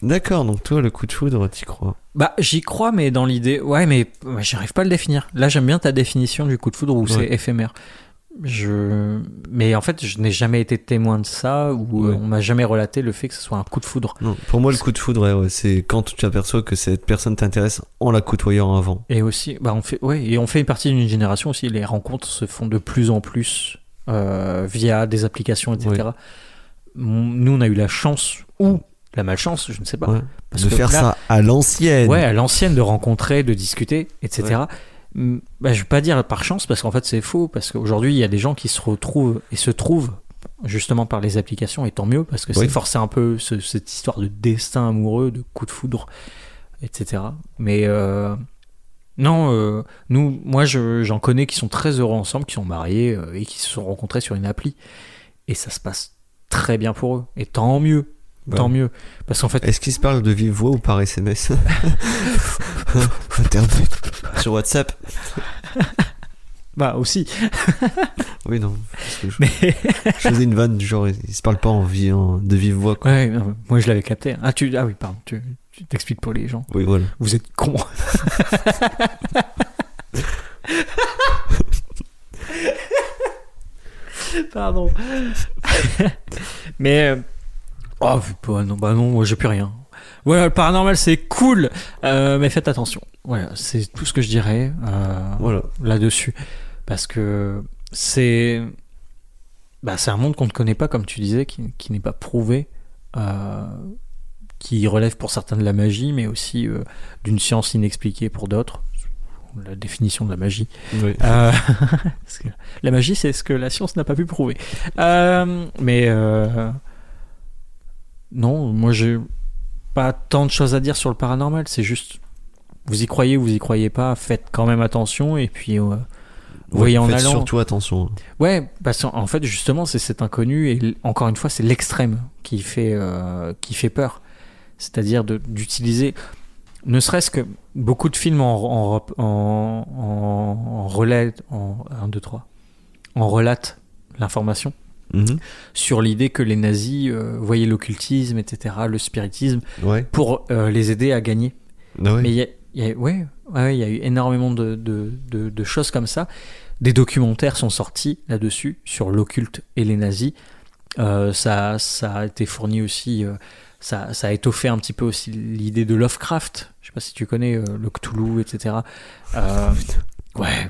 B: D'accord, donc toi, le coup de foudre, t'y crois.
A: Bah, j'y crois, mais dans l'idée. Ouais, mais ouais, j'arrive pas à le définir. Là, j'aime bien ta définition du coup de foudre où c'est
B: Ouais.
A: éphémère. Je... Mais en fait, je n'ai jamais été témoin de ça, ou euh,
B: Ouais.
A: on m'a jamais relaté le fait que ce soit un coup de foudre.
B: Non, pour moi, le coup de foudre, ouais, ouais, c'est quand tu t'aperçois que cette personne t'intéresse en la côtoyant avant.
A: Et aussi, bah, on fait, ouais, et on fait partie d'une génération aussi. Les rencontres se font de plus en plus euh, via des applications, etc. M- Nous, on a eu la chance ou la malchance, je ne sais pas,
B: Ouais.
A: parce
B: de
A: que
B: faire
A: là,
B: ça à l'ancienne.
A: Ouais, à l'ancienne, de rencontrer, de discuter, etc. Mm, Bah, je vais pas dire par chance, parce qu'en fait, c'est faux. Parce qu'aujourd'hui, il y a des gens qui se retrouvent et se trouvent justement par les applications, et tant mieux, parce que c'est
B: Oui.
A: forcer un peu ce- cette histoire de destin amoureux, de coup de foudre, etc. Mais euh, non, euh, nous, moi, je- j'en connais qui sont très heureux ensemble, qui sont mariés euh, et qui se sont rencontrés sur une appli. Et ça se passe très bien pour eux. Et tant mieux.
B: Ouais.
A: Tant mieux. Parce qu'en fait,
B: Est-ce qu'ils se parlent de vive voix ou par SMS Internet. Sur WhatsApp
A: bah aussi.
B: Oui, non. parce que je,
A: Mais
B: je faisais une vanne du genre, ils se parlent pas en, vie, en- de vive voix. Quoi.
A: Ouais, non, moi je l'avais capté. Ah, tu, ah oui, pardon, tu tu t'expliques pour les gens.
B: Oui, voilà.
A: Vous êtes cons. pardon. Mais. euh, Oh, bah non, bah non, moi j'ai plus rien. Voilà, le paranormal c'est cool, euh, mais faites attention. Voilà, c'est tout ce que je dirais euh,
B: Voilà.
A: là-dessus. Parce que c'est. Bah, c'est un monde qu'on ne connaît pas, comme tu disais, qui, qui n'est pas prouvé, euh, qui relève pour certains de la magie, mais aussi euh, d'une science inexpliquée pour d'autres. La définition de la magie.
B: Oui.
A: Euh, parce que la magie, c'est ce que la science n'a pas pu prouver. Euh, mais euh, non, moi j'ai pas tant de choses à dire sur le paranormal. C'est juste, vous y croyez ou vous y croyez pas, faites quand même attention et puis. euh, voyez en
B: faites
A: allant.
B: Surtout attention. hein.
A: Ouais, parce qu'en en fait, justement, c'est cet inconnu, et l- encore une fois, c'est l'extrême qui, fait euh, qui fait peur. C'est-à-dire de- d'utiliser, ne serait-ce que beaucoup de films en, en, rep- en, en, en relèvent- en, un, deux, trois, en relatent l'information
B: Mhm.
A: sur l'idée que les nazis euh, voyaient l'occultisme, etc., le spiritisme,
B: Ouais.
A: pour euh, les aider à gagner.
B: Ah ouais.
A: Mais il y a, il y a- ouais, ouais, ouais, il y a eu énormément de, de- de- de choses comme ça. Des documentaires sont sortis là-dessus, sur l'occulte et les nazis. Euh, ça, ça a été fourni aussi, euh, ça, ça a étoffé un petit peu aussi l'idée de Lovecraft. Je sais pas si tu connais euh, le Cthulhu, etc. Euh, ouais, ouais.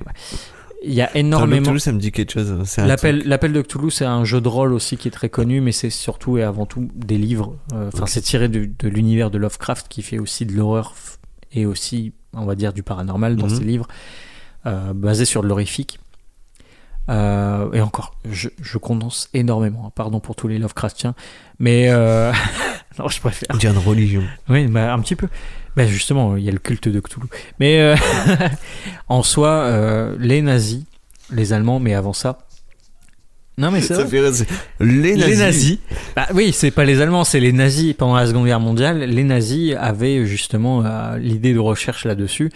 A: Il y a
B: Putain, le
A: énormément.
B: Toulouse, ça me dit quelque chose. hein. C'est un
A: L'appel
B: truc.
A: l'appel de Cthulhu, c'est un jeu de rôle aussi qui est très connu, mais c'est surtout et avant tout des livres. Euh, Enfin,
B: Ok.
A: c'est tiré de, de l'univers de Lovecraft qui fait aussi de l'horreur f- et aussi, on va dire, du paranormal dans
B: Mhm.
A: ses livres, euh, basé sur de l'horrifique. Euh, et encore, je, je condense énormément. hein. Pardon pour tous les Lovecraftiens, mais euh, non, je préfère.
B: On dirait une religion.
A: Oui, bah, un petit peu. Bah, justement, il y a le culte de Cthulhu. Mais euh, en soi, euh, les nazis, les Allemands, mais avant ça. Non, mais c'est
B: Ça
A: vrai.
B: fait rire, c'est- Les nazis.
A: Les nazis. Bah, oui, c'est pas les Allemands, c'est les nazis. Pendant la Seconde Guerre mondiale, les nazis avaient justement euh, l'idée de recherche là-dessus.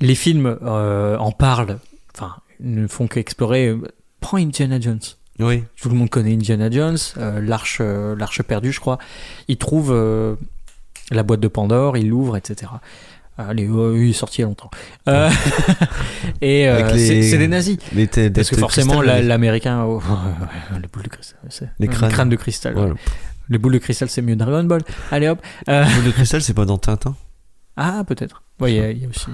A: Les films euh, en parlent, enfin, ne font qu'explorer. Prends Indiana Jones
B: Oui.
A: tout le monde connaît Indiana Jones, euh, l'arche, euh, l'arche perdue, je crois. Il trouve euh, la boîte de Pandore, il l'ouvre, etc. Allez, euh, il est sorti il y a longtemps. Euh, et euh,
B: Avec les-
A: c'est, c'est des nazis.
B: Les têtes-
A: Parce que
B: têtes
A: forcément,
B: cristal,
A: la-
B: les-
A: l'américain. oh, les boules de cristal. c'est-
B: Les crânes.
A: de cristal. ouais.
B: Voilà.
A: Les boules de cristal, c'est mieux Dragon Ball. Allez hop.
B: Le boule de cristal, c'est pas dans Tintin.
A: Ah, peut-être. Ouais, Il y a- il y, a aussi. euh,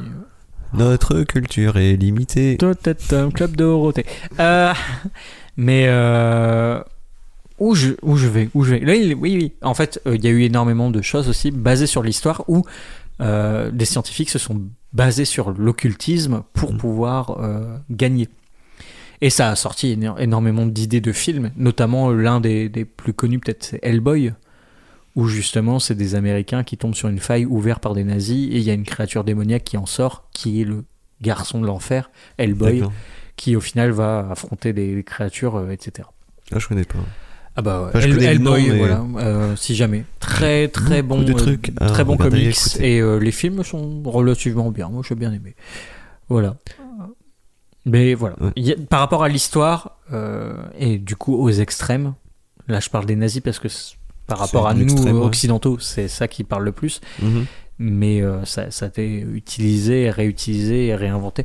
B: Notre culture est limitée.
A: Tot, tot, tom, Club Dorothée. Euh, mais euh, où je, où je vais, où je vais. Là, il- oui, oui. En fait, euh, il y a eu énormément de choses aussi basées sur l'histoire où euh, des scientifiques se sont basés sur l'occultisme pour pouvoir euh, gagner. Et ça a sorti éno- énormément d'idées de films, notamment euh, l'un des, des plus connus peut-être, c'est Hellboy, où justement c'est des Américains qui tombent sur une faille ouverte par des nazis et il y a une créature démoniaque qui en sort, qui est le garçon de l'enfer, Hellboy,
B: D'accord.
A: qui au final va affronter des créatures, euh, etc.
B: Ah, je connais pas.
A: Ah bah
B: Enfin, je
A: Hell-
B: connais le
A: Hellboy,
B: nom, mais- Mmh.
A: voilà, euh, si jamais. Très très bon,
B: de
A: euh,
B: trucs à
A: très bon
B: regarder,
A: comics
B: écouter.
A: et euh, les films sont relativement bien. Moi, j'ai bien aimé. Voilà. Mais voilà.
B: Ouais.
A: Il y a- par rapport à l'histoire euh, et du coup aux extrêmes, là je parle des nazis parce que c'est- par
B: C'est
A: rapport à
B: de
A: nous euh,
B: l'extrême, ouais.
A: occidentaux, c'est ça qui parle le plus.
B: Mhm.
A: Mais euh, ça, ça a été utilisé, réutilisé, réinventé.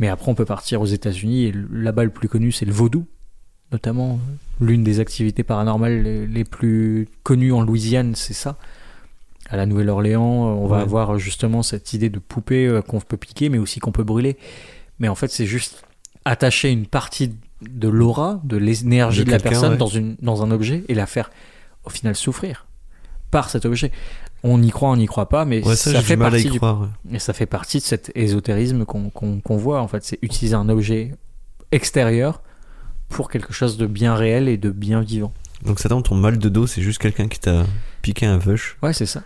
A: Mais après, on peut partir aux États-Unis et le- là-bas, le plus connu, c'est le vaudou, notamment. L'une des activités paranormales les, les plus connues en Louisiane, c'est ça. À la Nouvelle-Orléans, euh, on va
B: Ouais.
A: avoir justement cette idée de poupée euh, qu'on peut piquer, mais aussi qu'on peut brûler. Mais en fait, c'est juste attacher une partie de l'aura, de l'énergie
B: De
A: de, la
B: quelqu'un,
A: personne
B: ouais.
A: dans, une, dans un objet et la faire au final souffrir par cet objet. On y croit, on n'y croit pas, mais
B: Ouais, ça,
A: ça,
B: j'ai
A: fait
B: du mal à
A: partie
B: y
A: du,
B: croire. ouais.
A: et ça fait partie de cet ésotérisme qu'on qu'on- qu'on voit en fait. C'est utiliser un objet extérieur pour quelque chose de bien réel et de bien vivant.
B: Donc, ça tombe, ton mal de dos, c'est juste quelqu'un qui t'a piqué un veuche,
A: Ouais, c'est ça.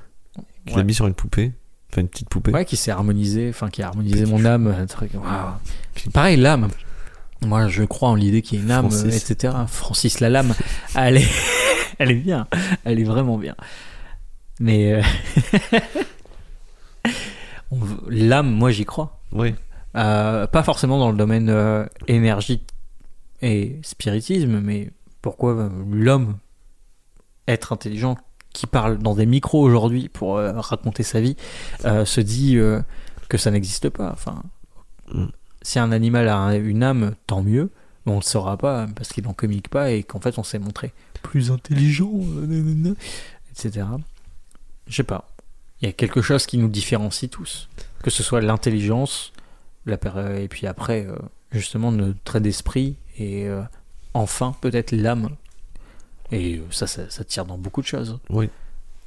B: qui
A: Ouais.
B: l'a mis sur une poupée, enfin une petite poupée.
A: Ouais, qui s'est harmonisé, enfin qui a harmonisé
B: Petit
A: mon
B: chou.
A: âme. un truc. Waouh. Pareil, l'âme. Moi, je crois en l'idée qu'il y a une âme,
B: Francis.
A: euh, etc. Francis la lame, elle est, elle est bien, elle est vraiment bien. Mais euh, on veut- l'âme, moi, j'y crois.
B: Oui.
A: Euh, pas forcément dans le domaine euh, énergie et spiritisme, mais pourquoi euh, l'homme, être intelligent, qui parle dans des micros aujourd'hui pour euh, raconter sa vie, euh, se dit euh, que ça n'existe pas. Enfin,
B: Mm.
A: si un animal a un- une âme, tant mieux, mais on ne le saura pas parce qu'il n'en communique pas et qu'en fait on s'est montré plus intelligent, euh, nanana, etc. Je sais pas. Il y a quelque chose qui nous différencie tous, que ce soit l'intelligence, la per- et puis après euh, justement le trait d'esprit et euh, enfin peut-être l'âme. Et euh, ça, ça, ça tire dans beaucoup de choses.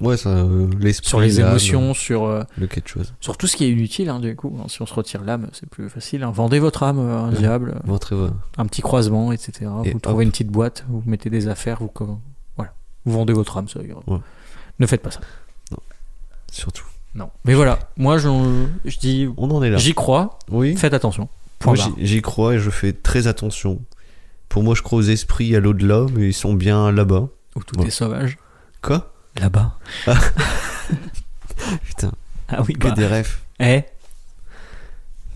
B: Ouais, ça, euh, l'esprit,
A: Sur les
B: l'âme,
A: émotions, sur, euh,
B: Le quelque chose.
A: sur tout ce qui est inutile, hein, du coup. hein. Si on se retire l'âme, c'est plus facile. hein. Vendez votre âme, euh, un
B: Ouais.
A: diable,
B: Montrez vous
A: un petit croisement, etc.
B: Et
A: vous trouvez
B: hop.
A: une petite boîte, vous mettez des affaires, vous, com- voilà. vous vendez votre âme, ça ira.
B: Ouais.
A: Ne faites pas ça.
B: surtout.
A: Non. Mais voilà, moi, je, je dis,
B: On en est là.
A: j'y crois,
B: Oui.
A: faites attention. Point
B: Moi,
A: barre.
B: j'y- j'y crois et je fais très attention. Pour moi, je crois aux esprits à l'au-delà, mais ils sont bien là-bas.
A: Où tout
B: Ouais.
A: est sauvage.
B: Quoi
A: Là-bas.
B: Putain,
A: Ah oui,
B: que
A: bah.
B: des rêves.
A: Eh,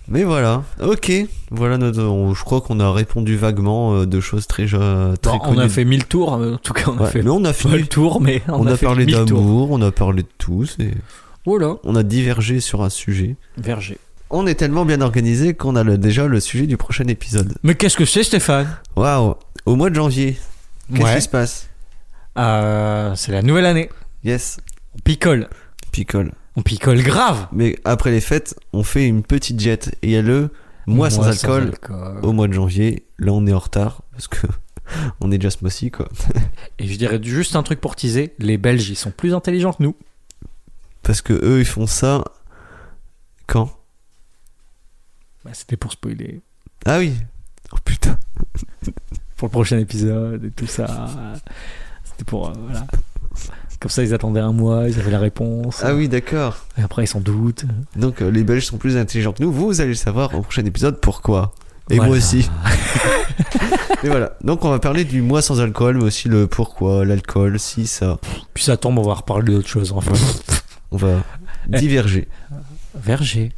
B: Mais voilà, ok. Voilà notre. on- je crois qu'on a répondu vaguement euh, de choses très, euh, très
A: bon, on a
B: connues.
A: fait mille tours, euh, en tout cas, on a
B: Ouais,
A: fait
B: mais on a
A: pas le
B: fini.
A: tour, mais on,
B: On, a,
A: fait
B: parlé
A: mille tours.
B: d'amour, on a parlé de tout. c'est-
A: Voilà,
B: On a divergé sur un sujet.
A: verger.
B: On est tellement bien organisé qu'on a le- déjà le sujet du prochain épisode.
A: Mais qu'est-ce que c'est, Stéphane
B: Waouh Au mois de janvier, qu'est-ce
A: Ouais.
B: qui se passe
A: Euh, c'est la nouvelle année.
B: Yes,
A: On picole.
B: picole.
A: On picole grave.
B: Mais après les fêtes, on fait une petite jet. Et il y a le mois sans alcool
A: alcool.
B: au mois de janvier. Là, on est en retard parce que on est déjà smossi, quoi.
A: Et je dirais juste un truc pour teaser. Les Belges, ils sont plus intelligents que nous.
B: Parce que eux, ils font ça quand
A: Bah, C'était pour spoiler.
B: Ah oui. Oh putain.
A: Pour le prochain épisode et tout ça. C'était pour. euh, voilà. Comme ça, ils attendaient un mois, ils avaient la réponse.
B: Ah oui, d'accord.
A: Et après, ils s'en doutent.
B: Donc euh, les Belges sont plus intelligents que nous. Vous allez le savoir au prochain épisode pourquoi. Et moi
A: Voilà.
B: aussi. Et voilà. Donc on va parler du mois sans alcool, mais aussi le pourquoi, l'alcool, si ça.
A: Puis ça tombe, on va reparler d'autre chose. Enfin.
B: On va diverger.
A: Verger.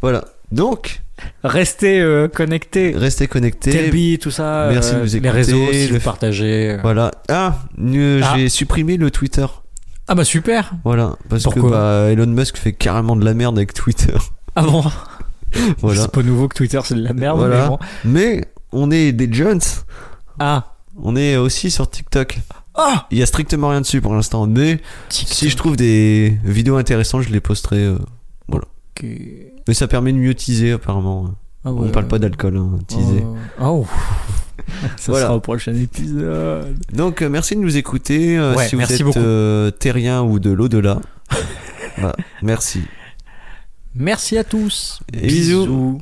B: Voilà. Donc,
A: Restez euh, connectés.
B: restez connectés.
A: Telbi, tout ça. euh,
B: Merci de nous
A: Les réseaux,
B: écouter,
A: si
B: le-
A: vous partagez.
B: Voilà. Ah, euh,
A: Ah.
B: j'ai supprimé le Twitter.
A: Ah bah super
B: Voilà. Parce
A: Pourquoi
B: que bah, Elon Musk fait carrément de la merde avec Twitter.
A: Ah bon
B: voilà.
A: C'est pas nouveau que Twitter c'est de la merde.
B: Voilà.
A: Mais bon.
B: Mais on est des Jones.
A: Ah
B: On est aussi sur TikTok.
A: Ah
B: Il y a strictement rien dessus pour l'instant, mais si je trouve des vidéos intéressantes, je les posterai. euh.
A: que-
B: Mais ça permet de mieux teaser apparemment.
A: Ah
B: On
A: ouais.
B: parle pas d'alcool, hein, teaser.
A: Oh. Oh. Ça
B: Voilà.
A: sera au prochain épisode.
B: Donc, euh, merci de nous écouter. euh,
A: Ouais,
B: si vous
A: merci
B: êtes
A: beaucoup.
B: euh, terrien ou de l'au-delà, Voilà, merci.
A: Merci à tous.
B: Et bisous.
A: bisous.